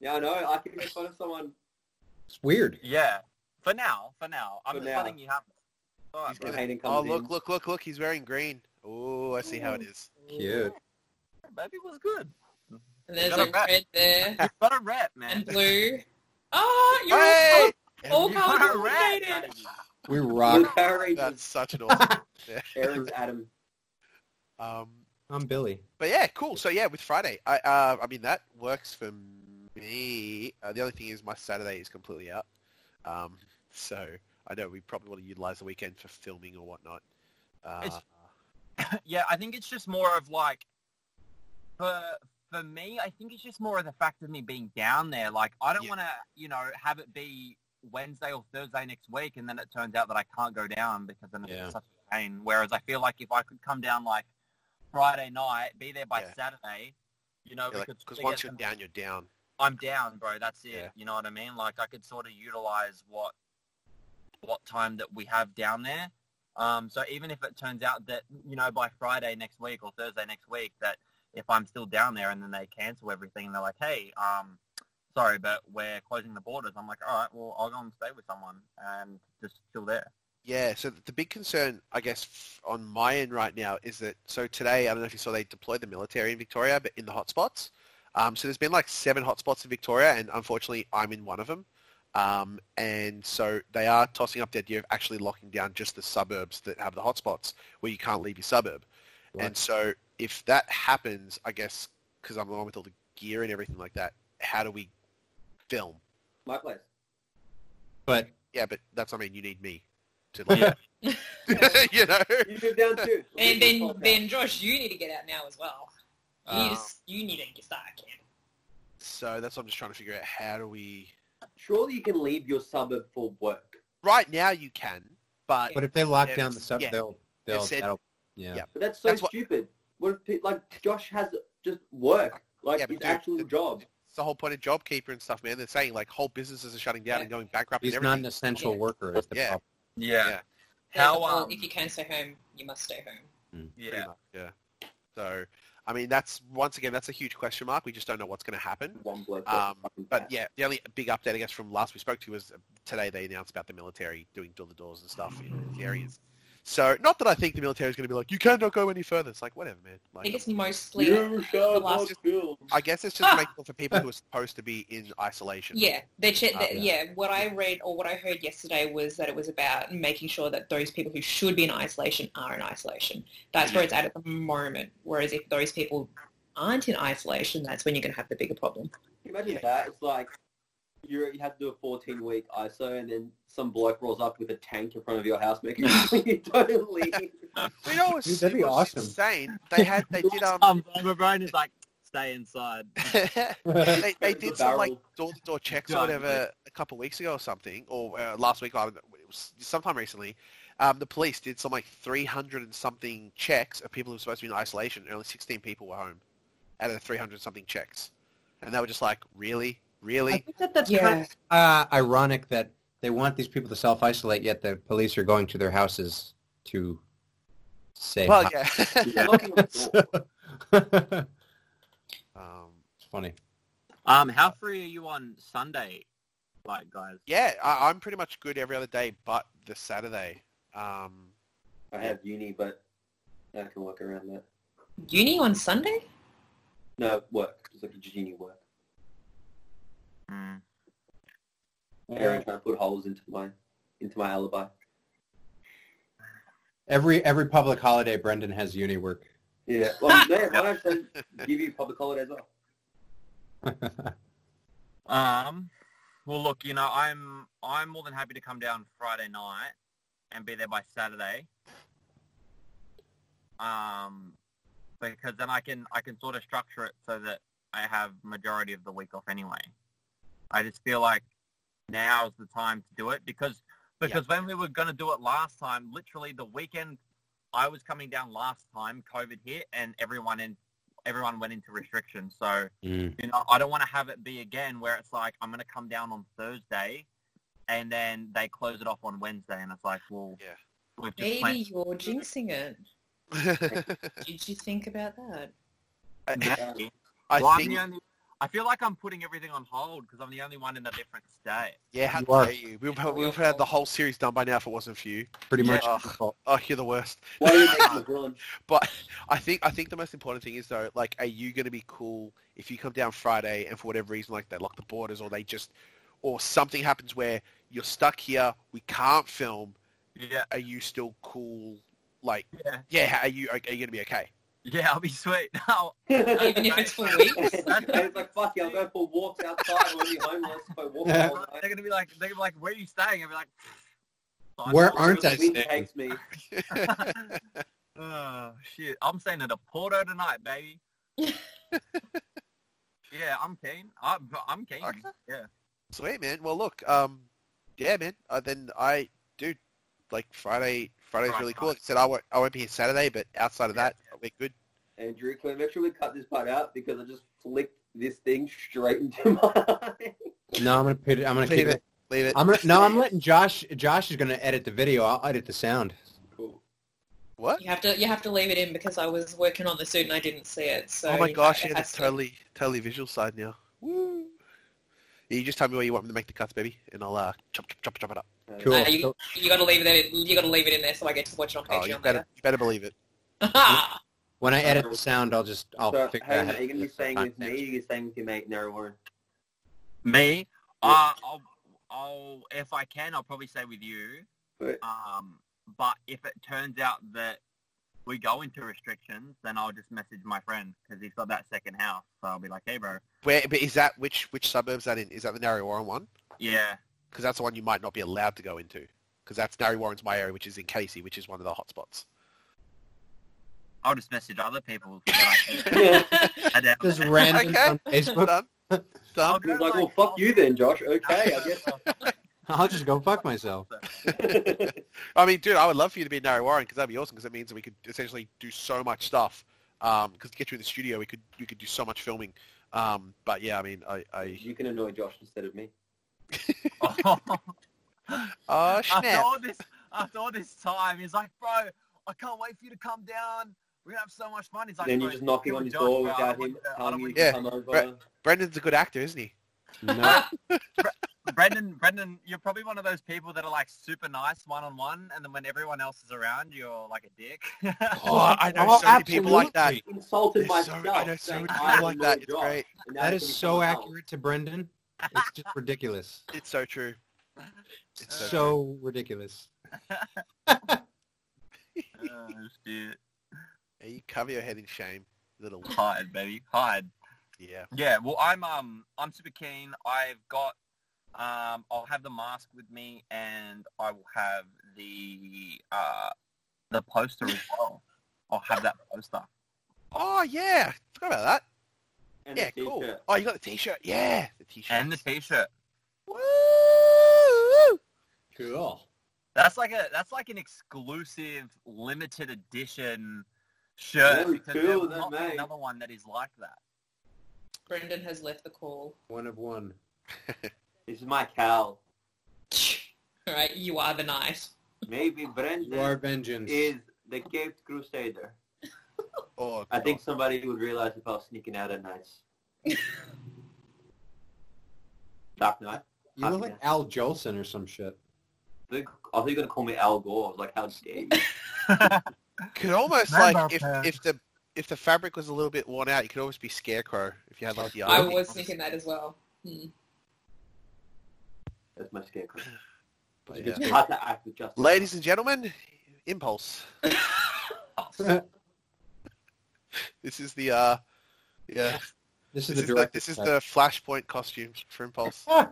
Speaker 2: yeah, I know. I can make fun of someone.
Speaker 1: It's weird.
Speaker 5: yeah, for now, for now, I'm
Speaker 2: For
Speaker 5: just
Speaker 2: now.
Speaker 5: letting you have it. All right,
Speaker 3: He's
Speaker 5: bro.
Speaker 2: When
Speaker 3: gonna-
Speaker 2: Hayden comes
Speaker 3: Oh, look,
Speaker 2: in.
Speaker 3: look, look, look. He's wearing green. Oh, I see how it is.
Speaker 1: Cute.
Speaker 5: Yeah, Baby was good.
Speaker 4: And there's
Speaker 5: Got a
Speaker 4: a
Speaker 5: rat.
Speaker 4: red there
Speaker 5: *laughs* Got a rep, man.
Speaker 4: and blue. Oh, you're
Speaker 3: Hey!
Speaker 4: all, all
Speaker 3: Every-
Speaker 5: Got a
Speaker 4: color
Speaker 5: rep,
Speaker 4: coordinated.
Speaker 5: baby.
Speaker 1: We
Speaker 2: Blue
Speaker 1: rock.
Speaker 2: *laughs* Power Rangers.
Speaker 5: *laughs*
Speaker 3: That's such an awesome.
Speaker 2: Aaron's Adam.
Speaker 3: Um,
Speaker 1: I'm Billy.
Speaker 3: But yeah, cool. So yeah, with Friday, I uh, I mean that works for me. Uh, the only thing is my Saturday is completely out, um, so I know we probably want to utilize the weekend for filming or whatnot. Uh,
Speaker 5: It's- *laughs* yeah, I think it's just more of like, for for me, I think it's just more of the fact of me being down there. Like, I don't
Speaker 3: Yeah.
Speaker 5: want to, you know, have it be Wednesday or Thursday next week, and then it turns out that I can't go down because then it's
Speaker 1: Yeah.
Speaker 5: such a pain. Whereas I feel like if I could come down like Friday night, be there by
Speaker 3: Yeah.
Speaker 5: Saturday, you know, we
Speaker 3: because
Speaker 5: could sort of
Speaker 3: once
Speaker 5: get
Speaker 3: you're
Speaker 5: some-
Speaker 3: down, you're down.
Speaker 5: I'm down, bro. That's it.
Speaker 3: Yeah.
Speaker 5: You know what I mean? Like I could sort of utilize what what time that we have down there. Um, so even if it turns out that you know by Friday next week or Thursday next week that if I'm still down there and then they cancel everything and they're like, hey, um, sorry, but we're closing the borders. I'm like, all right, well I'll go and stay with someone and just still there.
Speaker 3: Yeah, so the big concern, I guess, f- on my end right now is that, so today, I don't know if you saw, they deployed the military in Victoria, but in the hotspots. Um, so there's been like seven hotspots in Victoria, and unfortunately, I'm in one of them. Um, and so they are tossing up the idea of actually locking down just the suburbs that have the hotspots, where you can't leave your suburb.
Speaker 1: Right.
Speaker 3: And so if that happens, I guess, because I'm the one with all the gear and everything like that, how do we film?
Speaker 2: My place.
Speaker 1: But
Speaker 3: Yeah, but that's, I mean, you need me to,
Speaker 5: Yeah.
Speaker 3: like, *laughs* you know?
Speaker 2: You move down too.
Speaker 4: And then, then Josh, you need to get out now as well. You,
Speaker 5: Oh.
Speaker 3: Um,
Speaker 4: just- you need to start again.
Speaker 3: So that's what I'm just trying to figure out. How do we?
Speaker 2: surely you can leave your suburb for work.
Speaker 3: Right now, you can, but
Speaker 1: but if they lock
Speaker 3: Yeah,
Speaker 1: down the sub,
Speaker 3: yeah.
Speaker 1: they'll they'll
Speaker 3: said-
Speaker 1: that'll, yeah.
Speaker 3: yeah.
Speaker 2: But that's so
Speaker 3: That's what-
Speaker 2: stupid. What if pe- like Josh has just work, like
Speaker 3: Yeah, but
Speaker 2: his
Speaker 3: dude,
Speaker 2: actual
Speaker 3: the-
Speaker 2: job?
Speaker 3: it's the whole point of JobKeeper and stuff, man. They're saying like whole businesses are shutting down
Speaker 4: Yeah.
Speaker 3: and going bankrupt.
Speaker 1: He's
Speaker 3: and
Speaker 1: not
Speaker 3: everything.
Speaker 1: an essential
Speaker 4: Yeah.
Speaker 1: worker. Is the
Speaker 3: Yeah.
Speaker 1: problem.
Speaker 5: Yeah.
Speaker 3: Yeah.
Speaker 5: How
Speaker 4: Well,
Speaker 5: um,
Speaker 4: if you can stay home, you must stay home.
Speaker 3: pretty
Speaker 5: yeah.
Speaker 3: much, yeah. So, I mean, that's once again, that's a huge question mark. We just don't know what's going to happen.
Speaker 2: One bloke.
Speaker 3: Um,
Speaker 2: fucking
Speaker 3: But yeah, the only big update, I guess, from last we spoke to was today they announced about the military doing door the doors and stuff in the areas. So, not that I think the military is going to be like, you cannot go any further. It's like, whatever, man.
Speaker 4: I
Speaker 3: Like,
Speaker 4: think it's mostly
Speaker 2: You
Speaker 4: the
Speaker 2: shall
Speaker 4: last.
Speaker 2: not film.
Speaker 3: I guess it's just to make sure for people who are supposed to be in isolation.
Speaker 4: Yeah, they che-
Speaker 5: Oh,
Speaker 1: Ah,
Speaker 4: that- yeah. What I read or what I heard yesterday was that it was about making sure that those people who should be in isolation are in isolation. That's where it's at at the moment. Whereas if those people aren't in isolation, that's when you're going to have the bigger problem.
Speaker 2: Can you Imagine that. It's like you you have to do a 14 week ISO, and then some bloke rolls up with a tank in front of your house,
Speaker 3: *laughs*
Speaker 2: making you totally.
Speaker 3: You know, it's,
Speaker 1: Dude, that'd be
Speaker 3: it was
Speaker 1: awesome.
Speaker 3: insane. They had, they did,
Speaker 5: *laughs*
Speaker 3: um, *laughs*
Speaker 5: Um, my brain is like, stay inside.
Speaker 3: they, they did some like
Speaker 2: Barrel.
Speaker 3: door to door checks or
Speaker 5: Yeah,
Speaker 3: whatever a couple of weeks ago or something, or uh, last week. I don't know, it was sometime recently. Um, the police did some like three hundred and something checks of people who were supposed to be in isolation. and Only sixteen people were home out of the three hundred something checks, and they were just like, really,
Speaker 1: I
Speaker 3: really.
Speaker 1: think that that's kind
Speaker 4: Yeah,
Speaker 1: of uh, ironic that they want these people to self isolate, yet the police are going to their houses to say.
Speaker 3: Well,
Speaker 1: hi.
Speaker 3: *laughs* yeah.
Speaker 2: Knocking on the door.
Speaker 1: *laughs* it's
Speaker 3: um,
Speaker 1: funny.
Speaker 5: Um, how free are you on Sunday, like guys?
Speaker 3: yeah, I, I'm pretty much good every other day, but the Saturday. Um, *laughs*
Speaker 2: I have uni, but I can work around that.
Speaker 4: uni on Sunday.
Speaker 2: No work, just like a uni work.
Speaker 5: Mm.
Speaker 2: Aaron trying to put holes into my into my
Speaker 3: *laughs*
Speaker 2: alibi.
Speaker 1: Every every public holiday, Brendan has uni work.
Speaker 2: Yeah. Well, man, why don't they give you public holidays off?
Speaker 5: Um, well, look, you know, I'm I'm more than happy to come down Friday night and be there by Saturday. Um, because then I can I can sort of structure it so that I have majority of the week off anyway. I just feel like now is the time to do it because because when we were going to do it last time, literally the weekend I was coming down last time, COVID hit, and everyone in everyone went into restriction. So you know, I don't want to have it be again where it's like I'm going to come down on Thursday, and then they close it off on Wednesday, and it's like, well,
Speaker 3: Yeah.
Speaker 5: we've just planned-
Speaker 4: Maybe you're jinxing it. Did you think about that?
Speaker 3: I,
Speaker 1: *laughs*
Speaker 2: Um,
Speaker 3: I
Speaker 5: Well, I'm
Speaker 3: think
Speaker 5: the only- I feel like I'm putting everything on hold because I'm the only one in a different state.
Speaker 3: Yeah, how
Speaker 1: You
Speaker 3: dare
Speaker 1: are.
Speaker 3: you? We'll probably we'll have the whole series done by now if it wasn't for you.
Speaker 1: Pretty
Speaker 5: Yeah.
Speaker 1: much.
Speaker 3: Ugh. Oh, you're the worst.
Speaker 2: Why are you making LeBron?
Speaker 3: But *laughs* I think I think the most important thing is though, like, are you going to be cool if you come down Friday and for whatever reason, like, they lock the borders or they just, or something happens where you're stuck here, we can't film.
Speaker 5: Yeah,
Speaker 3: Are you still cool? Like,
Speaker 5: yeah,
Speaker 3: yeah, are you are you going to be okay?
Speaker 5: Yeah, I'll be sweet. *laughs* I'll,
Speaker 4: *laughs* Even if it's for weeks.
Speaker 2: it's like, fuck yeah, I'll go for walks outside when you're homeless. If I walk all
Speaker 5: they're
Speaker 2: night.
Speaker 5: gonna be like, they're gonna be like, where are you staying? I'll be like, *sighs* "Fine,
Speaker 1: Where *laughs*
Speaker 5: I'll
Speaker 1: aren't
Speaker 5: do
Speaker 1: I
Speaker 5: it."
Speaker 2: Wind
Speaker 1: staying?
Speaker 2: takes me.
Speaker 5: *laughs* Oh shit! I'm staying at a Porto tonight, baby. yeah, I'm keen. I'm, I'm keen.
Speaker 3: Okay.
Speaker 5: Yeah.
Speaker 3: Sweet man. Well, look, um, yeah, man. Uh, then I, dude, like Friday. Friday's
Speaker 5: Right,
Speaker 3: really cool.
Speaker 5: right.
Speaker 3: Like I said I won't, I won't be here Saturday, but outside of
Speaker 5: Yeah.
Speaker 3: that, we're good.
Speaker 2: Andrew, can we make sure we cut this part out because I just flicked this thing straight into my *laughs*
Speaker 1: No, I'm gonna put it. I'm gonna keep
Speaker 3: Leave
Speaker 1: it.
Speaker 3: it. Leave it.
Speaker 1: I'm gonna, no,
Speaker 3: *laughs*
Speaker 1: I'm letting Josh. Josh is gonna edit the video. I'll edit the sound.
Speaker 2: Cool.
Speaker 4: *laughs*
Speaker 3: What?
Speaker 4: You have to you have to leave it in because I was working on the suit and I didn't see it. So
Speaker 3: oh my
Speaker 4: you know,
Speaker 3: gosh!
Speaker 4: it *laughs* has
Speaker 3: Yeah, that's
Speaker 4: to-
Speaker 3: totally, totally visual side now. Woo! You just tell me where you want me to make the cuts, baby, and I'll uh, chop, chop, chop, chop it up.
Speaker 1: Cool.
Speaker 4: No, you, you gotta leave it in, you gotta leave it in there so I get to watch it on
Speaker 3: Oh, you
Speaker 4: Patreon
Speaker 3: better, you better believe it.
Speaker 4: later. *laughs*
Speaker 3: *laughs*
Speaker 1: When I edit the sound, I'll just I'll
Speaker 2: So,
Speaker 1: figure
Speaker 2: hey,
Speaker 1: out. how
Speaker 2: mate, are you gonna
Speaker 1: do
Speaker 2: be
Speaker 1: the
Speaker 2: staying with me?
Speaker 1: content.
Speaker 2: Or you staying with your mate, Nary Warren?
Speaker 5: Me? Uh, I'll, I'll, if I can, I'll probably stay with you.
Speaker 2: Right.
Speaker 5: Um, but if it turns out that we go into restrictions, then I'll just message my friend because he's got that second house. So I'll be like, hey, bro.
Speaker 3: Where? But is that which which suburbs that in? Is that the Narry Warren one?
Speaker 5: Yeah.
Speaker 3: Because that's the one you might not be allowed to go into. Because that's Narry Warren's my area, which is in Casey, which is one of
Speaker 1: *laughs*
Speaker 3: the hotspots.
Speaker 5: I'll just message other people. that I
Speaker 1: *laughs*
Speaker 5: can. I don't-
Speaker 1: Just
Speaker 5: *laughs*
Speaker 1: random
Speaker 3: Okay.
Speaker 1: on Facebook. *laughs*
Speaker 3: Done. Done.
Speaker 2: He's like, well, fuck you then, Josh. Okay, I
Speaker 1: *laughs*
Speaker 2: guess.
Speaker 1: I'll just go fuck myself.
Speaker 3: I mean, dude, I would love for you to be in Narry Warren because that'd be awesome. Because it means that we could essentially do so much stuff. Because to get you in the studio, we could we could do so much filming. Um, but yeah, I mean, I, I
Speaker 2: you can annoy Josh instead of me.
Speaker 3: oh
Speaker 5: after
Speaker 3: snap!
Speaker 5: all this, after all this time, he's like, bro, I can't wait for you to come down. We're gonna have so much fun. He's like,
Speaker 2: then
Speaker 5: "Bro,
Speaker 2: you're just knocking
Speaker 5: you
Speaker 2: on
Speaker 5: and
Speaker 2: his
Speaker 5: Josh,
Speaker 2: door
Speaker 5: bro, I
Speaker 2: without
Speaker 5: don't
Speaker 2: him
Speaker 5: want- I don't
Speaker 2: telling you
Speaker 5: want
Speaker 2: to
Speaker 3: Yeah,
Speaker 2: come over.
Speaker 3: right. Brendan's a good actor, isn't he?
Speaker 2: *laughs*
Speaker 1: No,
Speaker 5: you." Brendan, Brendan, you're probably one of those people that are like super nice one on one, and then when everyone else is around, you're like
Speaker 2: *laughs*
Speaker 5: a dick.
Speaker 3: Oh, I know so many people like that.
Speaker 1: absolutely.
Speaker 2: Insulted
Speaker 3: There's
Speaker 2: myself.
Speaker 3: so, I know so
Speaker 2: saying
Speaker 3: many
Speaker 2: I'm
Speaker 3: people like
Speaker 2: annoyed
Speaker 3: that. It's
Speaker 2: Josh,
Speaker 3: great.
Speaker 2: and now
Speaker 1: That
Speaker 2: it's
Speaker 1: is so
Speaker 2: gonna be someone else.
Speaker 1: accurate to Brendan. It's just *laughs* ridiculous.
Speaker 3: It's so true.
Speaker 1: It's so ridiculous.
Speaker 5: oh, shit.
Speaker 3: Yeah, you cover your head in shame, little. *laughs*
Speaker 5: Hide, baby, hide.
Speaker 3: Yeah.
Speaker 5: Yeah, well, I'm um, I'm super keen. I've got, um, I'll have the mask with me, and I will have the uh, the poster as well. I'll have that poster.
Speaker 3: Oh yeah, forgot about that.
Speaker 2: And
Speaker 3: yeah,
Speaker 2: the
Speaker 3: cool.
Speaker 2: t-shirt.
Speaker 3: Oh, you got the t-shirt. Yeah, the t-shirt.
Speaker 5: and the t-shirt.
Speaker 3: Woo!
Speaker 1: Cool.
Speaker 5: That's like a that's like an exclusive limited edition shirt.
Speaker 2: Very
Speaker 5: because there
Speaker 2: cool,
Speaker 5: will
Speaker 2: that
Speaker 5: not be
Speaker 2: mate.
Speaker 5: another one that is like that.
Speaker 4: Brendan has left the call. *laughs*
Speaker 1: One of one.
Speaker 2: This is my cow.
Speaker 4: All right, you are the knight.
Speaker 3: *laughs*
Speaker 2: Maybe
Speaker 1: You are
Speaker 2: Brendan
Speaker 1: vengeance.
Speaker 2: is the Caped Crusader.
Speaker 3: Oh,
Speaker 2: I think somebody would realize if I was sneaking out at
Speaker 3: *laughs*
Speaker 2: nights. Dark Knight.
Speaker 1: you look like Al Jolson or some shit.
Speaker 2: I think I thought you were gonna call me Al Gore. I was like, how dare you?
Speaker 3: could almost
Speaker 5: Remember
Speaker 3: like if,
Speaker 5: that.
Speaker 3: if the if the fabric was a little bit worn out, you could always be scarecrow if you had like the
Speaker 4: I
Speaker 3: army.
Speaker 4: was thinking that as well. Hmm.
Speaker 2: That's my scarecrow.
Speaker 3: But
Speaker 1: Yeah.
Speaker 3: *laughs*
Speaker 1: *laughs*
Speaker 3: yeah.
Speaker 2: How to act with justice.
Speaker 3: Ladies and gentlemen, impulse. This is the uh, yeah.
Speaker 1: This is
Speaker 3: This
Speaker 1: the
Speaker 3: is the,
Speaker 1: director.
Speaker 3: this is the flashpoint costume
Speaker 4: *laughs*
Speaker 3: for
Speaker 2: *laughs*
Speaker 3: impulse.
Speaker 5: Stuff.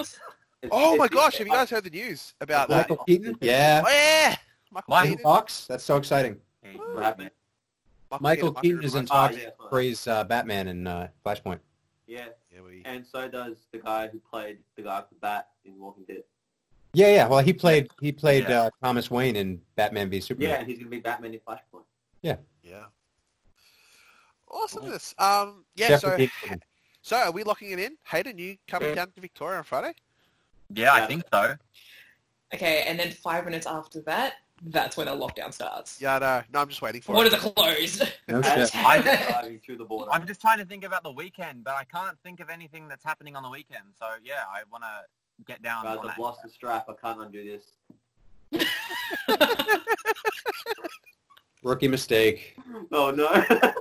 Speaker 2: It's-
Speaker 3: *laughs* Oh my
Speaker 2: it's-
Speaker 3: gosh! Have you guys heard the news about that?
Speaker 1: Michael Keaton. Yeah.
Speaker 3: Oh, yeah, Michael
Speaker 5: Michael-
Speaker 3: Keaton.
Speaker 1: Fox. That's so exciting.
Speaker 2: *laughs* What happened?
Speaker 1: Michael
Speaker 3: might be
Speaker 1: Keaton is in
Speaker 3: reminded-
Speaker 2: Ah,
Speaker 1: Fox.
Speaker 2: yeah, fine.
Speaker 1: Praise uh, Batman and uh, Flashpoint.
Speaker 2: Yeah,
Speaker 3: Yeah, we-
Speaker 2: and so does the guy who played the guy with the bat in Walking Dead.
Speaker 1: Yeah, yeah. Well, he played he played
Speaker 5: Yeah.
Speaker 1: uh, Thomas Wayne in Batman v Superman.
Speaker 2: Yeah, and he's gonna be Batman in
Speaker 3: *laughs*
Speaker 2: Flashpoint.
Speaker 3: Yeah. Awesomeness. Um, yeah,
Speaker 1: Jeffrey
Speaker 3: so
Speaker 1: Dean.
Speaker 3: so are we locking it in? Hayden, you coming down to Victoria on Friday?
Speaker 5: Yeah, I
Speaker 2: Yeah.
Speaker 5: think so.
Speaker 4: Okay, and then five minutes after that, that's when the lockdown starts.
Speaker 3: Yeah, no. No, I'm just waiting for
Speaker 4: What
Speaker 3: it.
Speaker 4: are the closed?
Speaker 1: No
Speaker 2: And
Speaker 1: shit.
Speaker 2: I'm driving through the border.
Speaker 5: I'm just trying to think about the weekend, but I can't think of anything that's happening on the weekend. So yeah, I want to get down.
Speaker 2: Guys,
Speaker 5: on
Speaker 2: I've
Speaker 5: that.
Speaker 2: lost the strap. I can't undo this.
Speaker 1: Rookie mistake.
Speaker 2: Oh no. *laughs*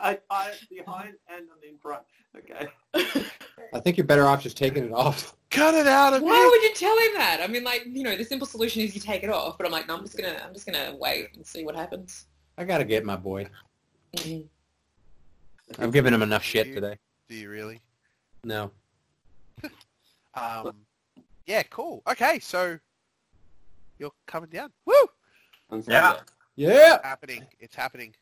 Speaker 2: I tie it behind and I'm in front. Okay.
Speaker 1: I think you're better off just taking it off. *laughs*
Speaker 3: Cut it out of
Speaker 4: Why
Speaker 3: me!
Speaker 4: would you tell him that? I mean, like, you know, the simple solution is you take it off. But I'm like, no, I'm just gonna, I'm just gonna wait and see what happens.
Speaker 1: I gotta get my boy.
Speaker 4: Mhm.
Speaker 1: I've given him enough shit today.
Speaker 3: Do you really?
Speaker 1: No.
Speaker 3: Um, yeah, cool. Okay, so you're coming down. Woo!
Speaker 2: On
Speaker 5: Yeah.
Speaker 2: Saturday.
Speaker 1: Yeah.
Speaker 3: Happening. It's happening.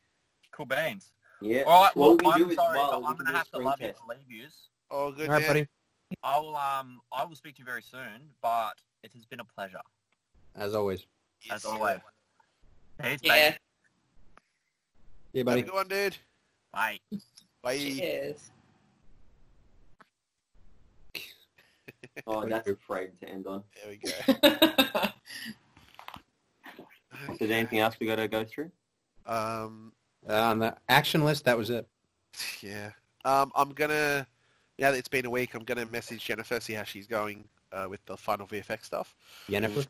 Speaker 5: Cool beans.
Speaker 2: Yeah.
Speaker 5: All right, well,
Speaker 2: What we do
Speaker 5: I'm
Speaker 2: is
Speaker 5: sorry,
Speaker 2: well,
Speaker 5: but
Speaker 2: we
Speaker 5: I'm
Speaker 2: can
Speaker 5: going to
Speaker 2: do a
Speaker 5: have to
Speaker 2: screen
Speaker 5: love you,
Speaker 2: test.
Speaker 5: leave you.
Speaker 3: Oh, good.
Speaker 1: All right,
Speaker 3: man.
Speaker 1: buddy.
Speaker 5: I will, um, I will speak to you very soon, but it has been a pleasure,
Speaker 1: As always.
Speaker 3: Yes,
Speaker 5: as always.
Speaker 3: sir.
Speaker 5: Peace,
Speaker 4: Yeah.
Speaker 5: baby.
Speaker 1: Yeah,
Speaker 3: Have a
Speaker 1: buddy.
Speaker 3: good one, dude.
Speaker 5: Bye.
Speaker 3: Bye.
Speaker 4: Cheers.
Speaker 1: *laughs*
Speaker 4: *laughs*
Speaker 2: Oh, that's a frame to end on.
Speaker 3: There we go.
Speaker 2: Is there anything else we got to go through?
Speaker 3: *laughs* Um,
Speaker 1: Uh, on the action list, that was it.
Speaker 3: yeah. Um, I'm gonna. Now that it's been a week, I'm gonna message Jennifer see how she's going uh, with the final VFX stuff.
Speaker 1: Jennifer.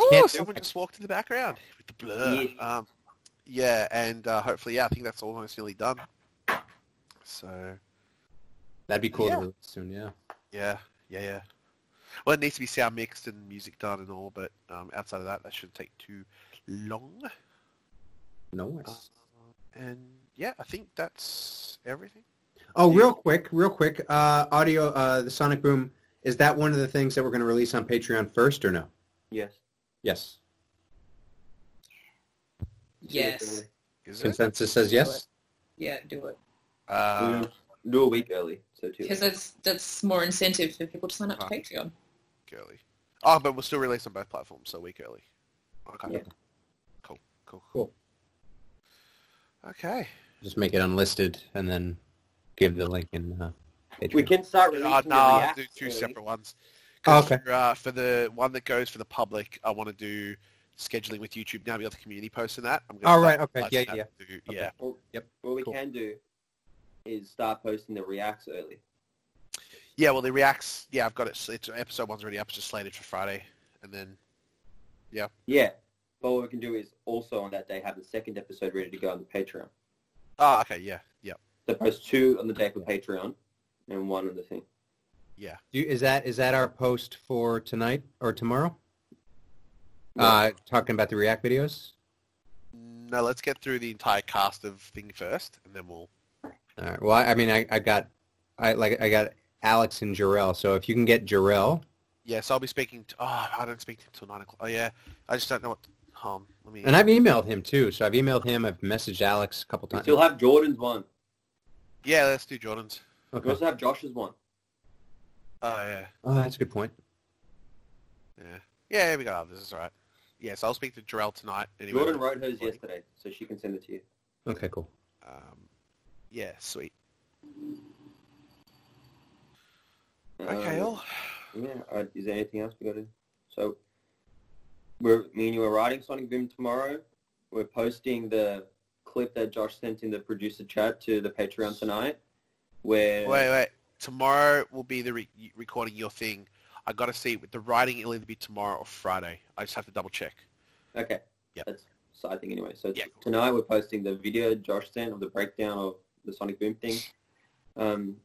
Speaker 3: Oh,
Speaker 1: Can't do
Speaker 3: someone
Speaker 1: it.
Speaker 3: just walked in the background with the blur.
Speaker 2: Yeah.
Speaker 3: Um, yeah, and uh, hopefully, yeah, I think that's almost nearly done. So,
Speaker 1: That'd be cool
Speaker 3: Yeah.
Speaker 1: to release soon, yeah.
Speaker 3: yeah, yeah, yeah. Well, it needs to be sound mixed and music done and all, but um, outside of that, that shouldn't take too long. Uh,
Speaker 1: Nice.
Speaker 3: And yeah, I think that's everything.
Speaker 1: Oh,
Speaker 3: Yeah.
Speaker 1: real quick, real quick. Uh, audio, uh, the Sonic Boom, is that one of the things that we're going to release on Patreon first or no?
Speaker 2: Yes.
Speaker 1: Yes.
Speaker 4: yes.
Speaker 3: Is it?
Speaker 1: Consensus says yes.
Speaker 4: Yeah, do it.
Speaker 3: Uh,
Speaker 2: Do a week early, so two.
Speaker 4: Because that's, that's more incentive for people to sign up to
Speaker 3: Ah.
Speaker 4: Patreon.
Speaker 3: early. Oh, but we'll still release on both platforms, so a week early. Okay.
Speaker 2: Yeah.
Speaker 3: Cool, cool,
Speaker 1: Cool.
Speaker 3: Okay.
Speaker 1: Just make it unlisted and then give the link in uh, Patreon.
Speaker 2: We can start releasing
Speaker 3: Uh,
Speaker 2: the
Speaker 3: no, I'll
Speaker 2: reacts
Speaker 3: do two
Speaker 2: early.
Speaker 3: separate ones.
Speaker 1: Oh,
Speaker 3: 'Cause
Speaker 1: okay.
Speaker 3: For, uh, for the one that goes for the public, I want to do scheduling with YouTube now. We got the community posts and that. I'm gonna
Speaker 1: All
Speaker 3: start
Speaker 1: Oh, right, okay,
Speaker 3: revising
Speaker 1: yeah,
Speaker 3: that to-
Speaker 1: Okay.
Speaker 3: yeah.
Speaker 2: Well,
Speaker 1: Yep,
Speaker 2: What we
Speaker 1: cool.
Speaker 2: can do is start posting the reacts early.
Speaker 3: Yeah, well, the reacts. Yeah, I've got it. It's, episode one's already up. It's just slated for Friday, and then
Speaker 2: Yeah. But what we can do is also on that day have the second episode ready to go on the Patreon.
Speaker 3: oh, okay, yeah, yeah,
Speaker 2: So post two on the day for Patreon and one on the thing.
Speaker 3: yeah.
Speaker 1: Do, is that is that our post for tonight or tomorrow?
Speaker 2: No.
Speaker 1: Uh, talking about the React videos.
Speaker 3: No, let's get through the entire cast of thing first, and then we'll.
Speaker 1: All right. Well, I, I mean, I, I got, I like, I got Alex and Jarrell. So if you can get Jarrell,
Speaker 3: Yeah, so I'll be speaking. To, oh, I don't speak until nine o'clock. Oh, yeah, I just don't know what. Um, let me.
Speaker 1: and I've emailed him too. So I've emailed him. I've messaged Alex a couple
Speaker 2: We
Speaker 3: Uh,
Speaker 1: times.
Speaker 2: still have Jordan's one.
Speaker 3: yeah, let's do Jordan's.
Speaker 1: Okay.
Speaker 2: We also have Josh's one.
Speaker 3: Oh yeah,
Speaker 1: Oh, that's a good point.
Speaker 3: yeah, yeah. We got others. It's all right. Yeah, so I'll speak to Jarrell tonight. Anyway,
Speaker 2: Jordan wrote hers yesterday, so she can send it to you.
Speaker 1: Okay, cool.
Speaker 3: Um, yeah, sweet.
Speaker 2: Um, Uh,
Speaker 3: Okay, well,
Speaker 2: Yeah. Uh, is there anything else we got to? So, we're me and you are writing Sonic Boom tomorrow. We're posting the clip that Josh sent in the producer chat to the Patreon tonight. Where
Speaker 3: Wait, wait. Tomorrow will be the re- recording your thing. I got to see with the writing. It'll either be tomorrow or Friday. I just have to double check.
Speaker 2: okay,
Speaker 3: Yep.
Speaker 2: that's a side thing anyway. So
Speaker 3: Yeah.
Speaker 2: tonight we're posting the video Josh sent of the breakdown of the Sonic Boom thing. Um,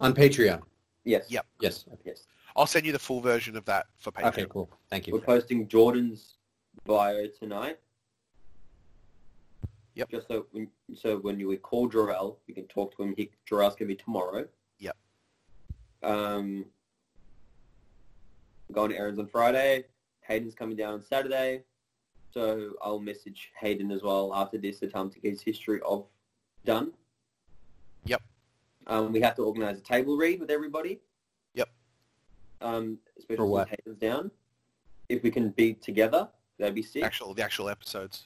Speaker 1: On Patreon.
Speaker 2: yes,
Speaker 3: Yep.
Speaker 1: Yes.
Speaker 2: yes.
Speaker 3: I'll send you the full version of that for Patreon.
Speaker 1: Okay, cool. Thank
Speaker 2: We're
Speaker 1: you.
Speaker 2: posting Jordan's bio tonight.
Speaker 3: Yep.
Speaker 2: Just so when, so when you we call Jarrell, you can talk to him. He Jarrell's gonna be tomorrow.
Speaker 3: Yep.
Speaker 2: Um, going to errands on Friday. Hayden's coming down on Saturday, so I'll message Hayden as well after this to tell him to get his history of done.
Speaker 3: Yep.
Speaker 2: Um, we have to organise a table read with everybody.
Speaker 3: Yep.
Speaker 2: Um, especially
Speaker 1: For what?
Speaker 2: since Hayden's down if we can be together, that'd be sick.
Speaker 3: Actual, the actual episodes,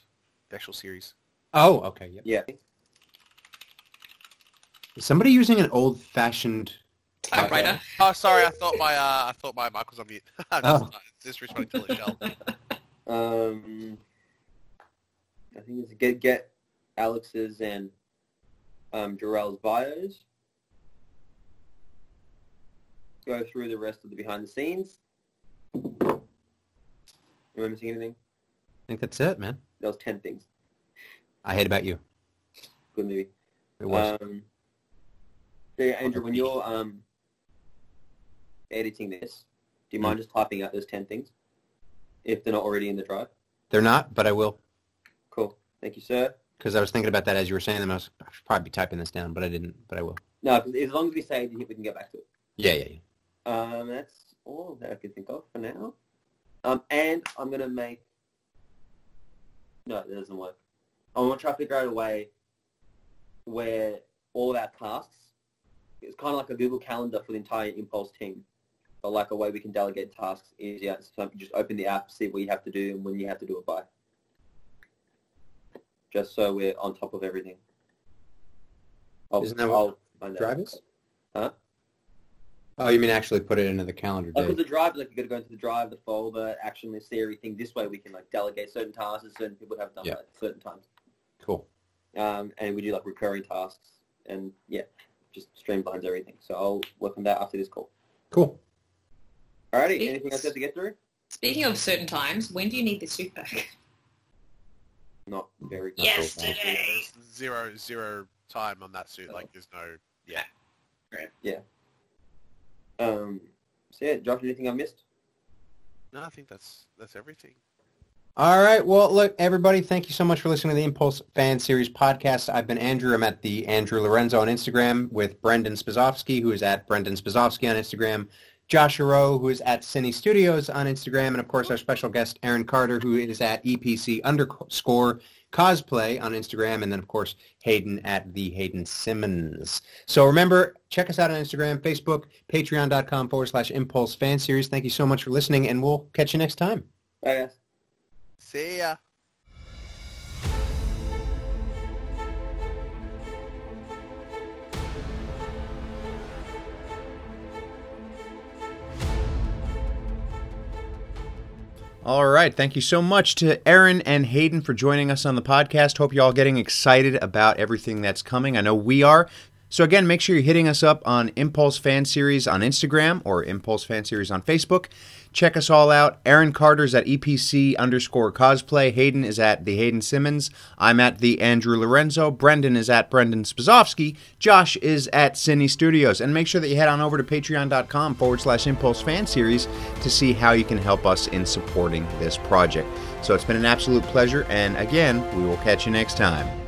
Speaker 3: the actual series.
Speaker 1: Oh, okay. Yep.
Speaker 2: Yeah.
Speaker 1: Is somebody using an old-fashioned
Speaker 4: Typewriter.
Speaker 3: Oh, sorry. I thought my uh, I thought my mic was on mute. *laughs* I'm
Speaker 1: Oh.
Speaker 3: just, just responding to Michelle.
Speaker 2: Um, I think it's get get Alex's and um, Jarrell's bios. Go through the rest of the behind the scenes. Am I missing anything?
Speaker 1: I think that's it, man.
Speaker 2: That was ten things.
Speaker 1: I hate about you.
Speaker 2: Good movie.
Speaker 1: It was.
Speaker 2: Um, so yeah, Andrew, when you're um, editing this, do you mind
Speaker 1: Mm.
Speaker 2: just typing out those ten things if they're not already in the drive?
Speaker 1: They're not, but I will.
Speaker 2: Thank you, sir.
Speaker 1: Because I was thinking about that as you were saying them. I, was, I should probably be typing this down, but I didn't. But I will.
Speaker 2: No, 'cause as long as we say it, we can get back to it.
Speaker 1: Yeah, yeah, yeah.
Speaker 2: Um, that's all that I can think of for now. Um, and I'm gonna make. No, that doesn't work. I want to try to figure out a way where all of our tasks. It's kind of like a Google Calendar for the entire Impulse team, but like a way we can delegate tasks easier. So just open the app, see what you have to do and when you have to do it by. Just so we're on top of everything. I'll-
Speaker 1: Isn't that what
Speaker 2: I'll find out.
Speaker 1: Drive is?
Speaker 2: Huh?
Speaker 1: Oh, you mean actually put it into the calendar
Speaker 2: Like
Speaker 1: day?
Speaker 2: with the drive, like you got to go into the drive, the folder, action list, theory thing. This way, we can like delegate certain tasks that certain people have done
Speaker 1: Yeah.
Speaker 2: at certain times,
Speaker 1: Cool.
Speaker 2: um, and we do like recurring tasks, and yeah, just streamlines everything. So I'll work on that after this call.
Speaker 1: Cool.
Speaker 2: Alrighty,
Speaker 4: Thanks.
Speaker 2: anything else you have to get through?
Speaker 4: Speaking of certain times, when do you need the suit back?
Speaker 2: Not very.
Speaker 1: That's all.
Speaker 4: Yesterday.
Speaker 3: There's zero zero time on that suit. Like there's no.
Speaker 2: Um, so yeah, Josh, anything I missed?
Speaker 3: No, I think that's that's everything.
Speaker 1: All right. Well, look, everybody, thank you so much for listening to the Impulse Fan Series podcast. I've been Andrew. I'm at the Andrew Lorenzo on Instagram with Brendan Spizofsky, who is at Brendan Spizofsky on Instagram. Josh Rowe, who is at Cine Studios on Instagram. And, of course, our special guest, Aaron Carter, who is at EPC underscore cosplay on Instagram. And then, of course, Hayden at the Hayden Simmons. So remember, check us out on Instagram, Facebook, patreon.com forward slash Impulse Fan Series. Thank you so much for listening, and we'll catch you next time.
Speaker 2: Bye guys.
Speaker 3: See ya.
Speaker 6: All right. Thank you so much to Aaron and Hayden for joining us on the podcast. Hope you're all getting excited about everything that's coming. I know we are. So again, make sure you're hitting us up on Impulse Fan Series on Instagram or Impulse Fan Series on Facebook. Check us all out. Aaron Carter's at EPC underscore cosplay. Hayden is at the Hayden Simmons. I'm at the Andrew Lorenzo. Brendan is at Brendan Spazovsky. Josh is at Cine Studios. And make sure that you head on over to patreon.com forward slash impulse fan series to see how you can help us in supporting this project. So it's been an absolute pleasure. And again, we will catch you next time.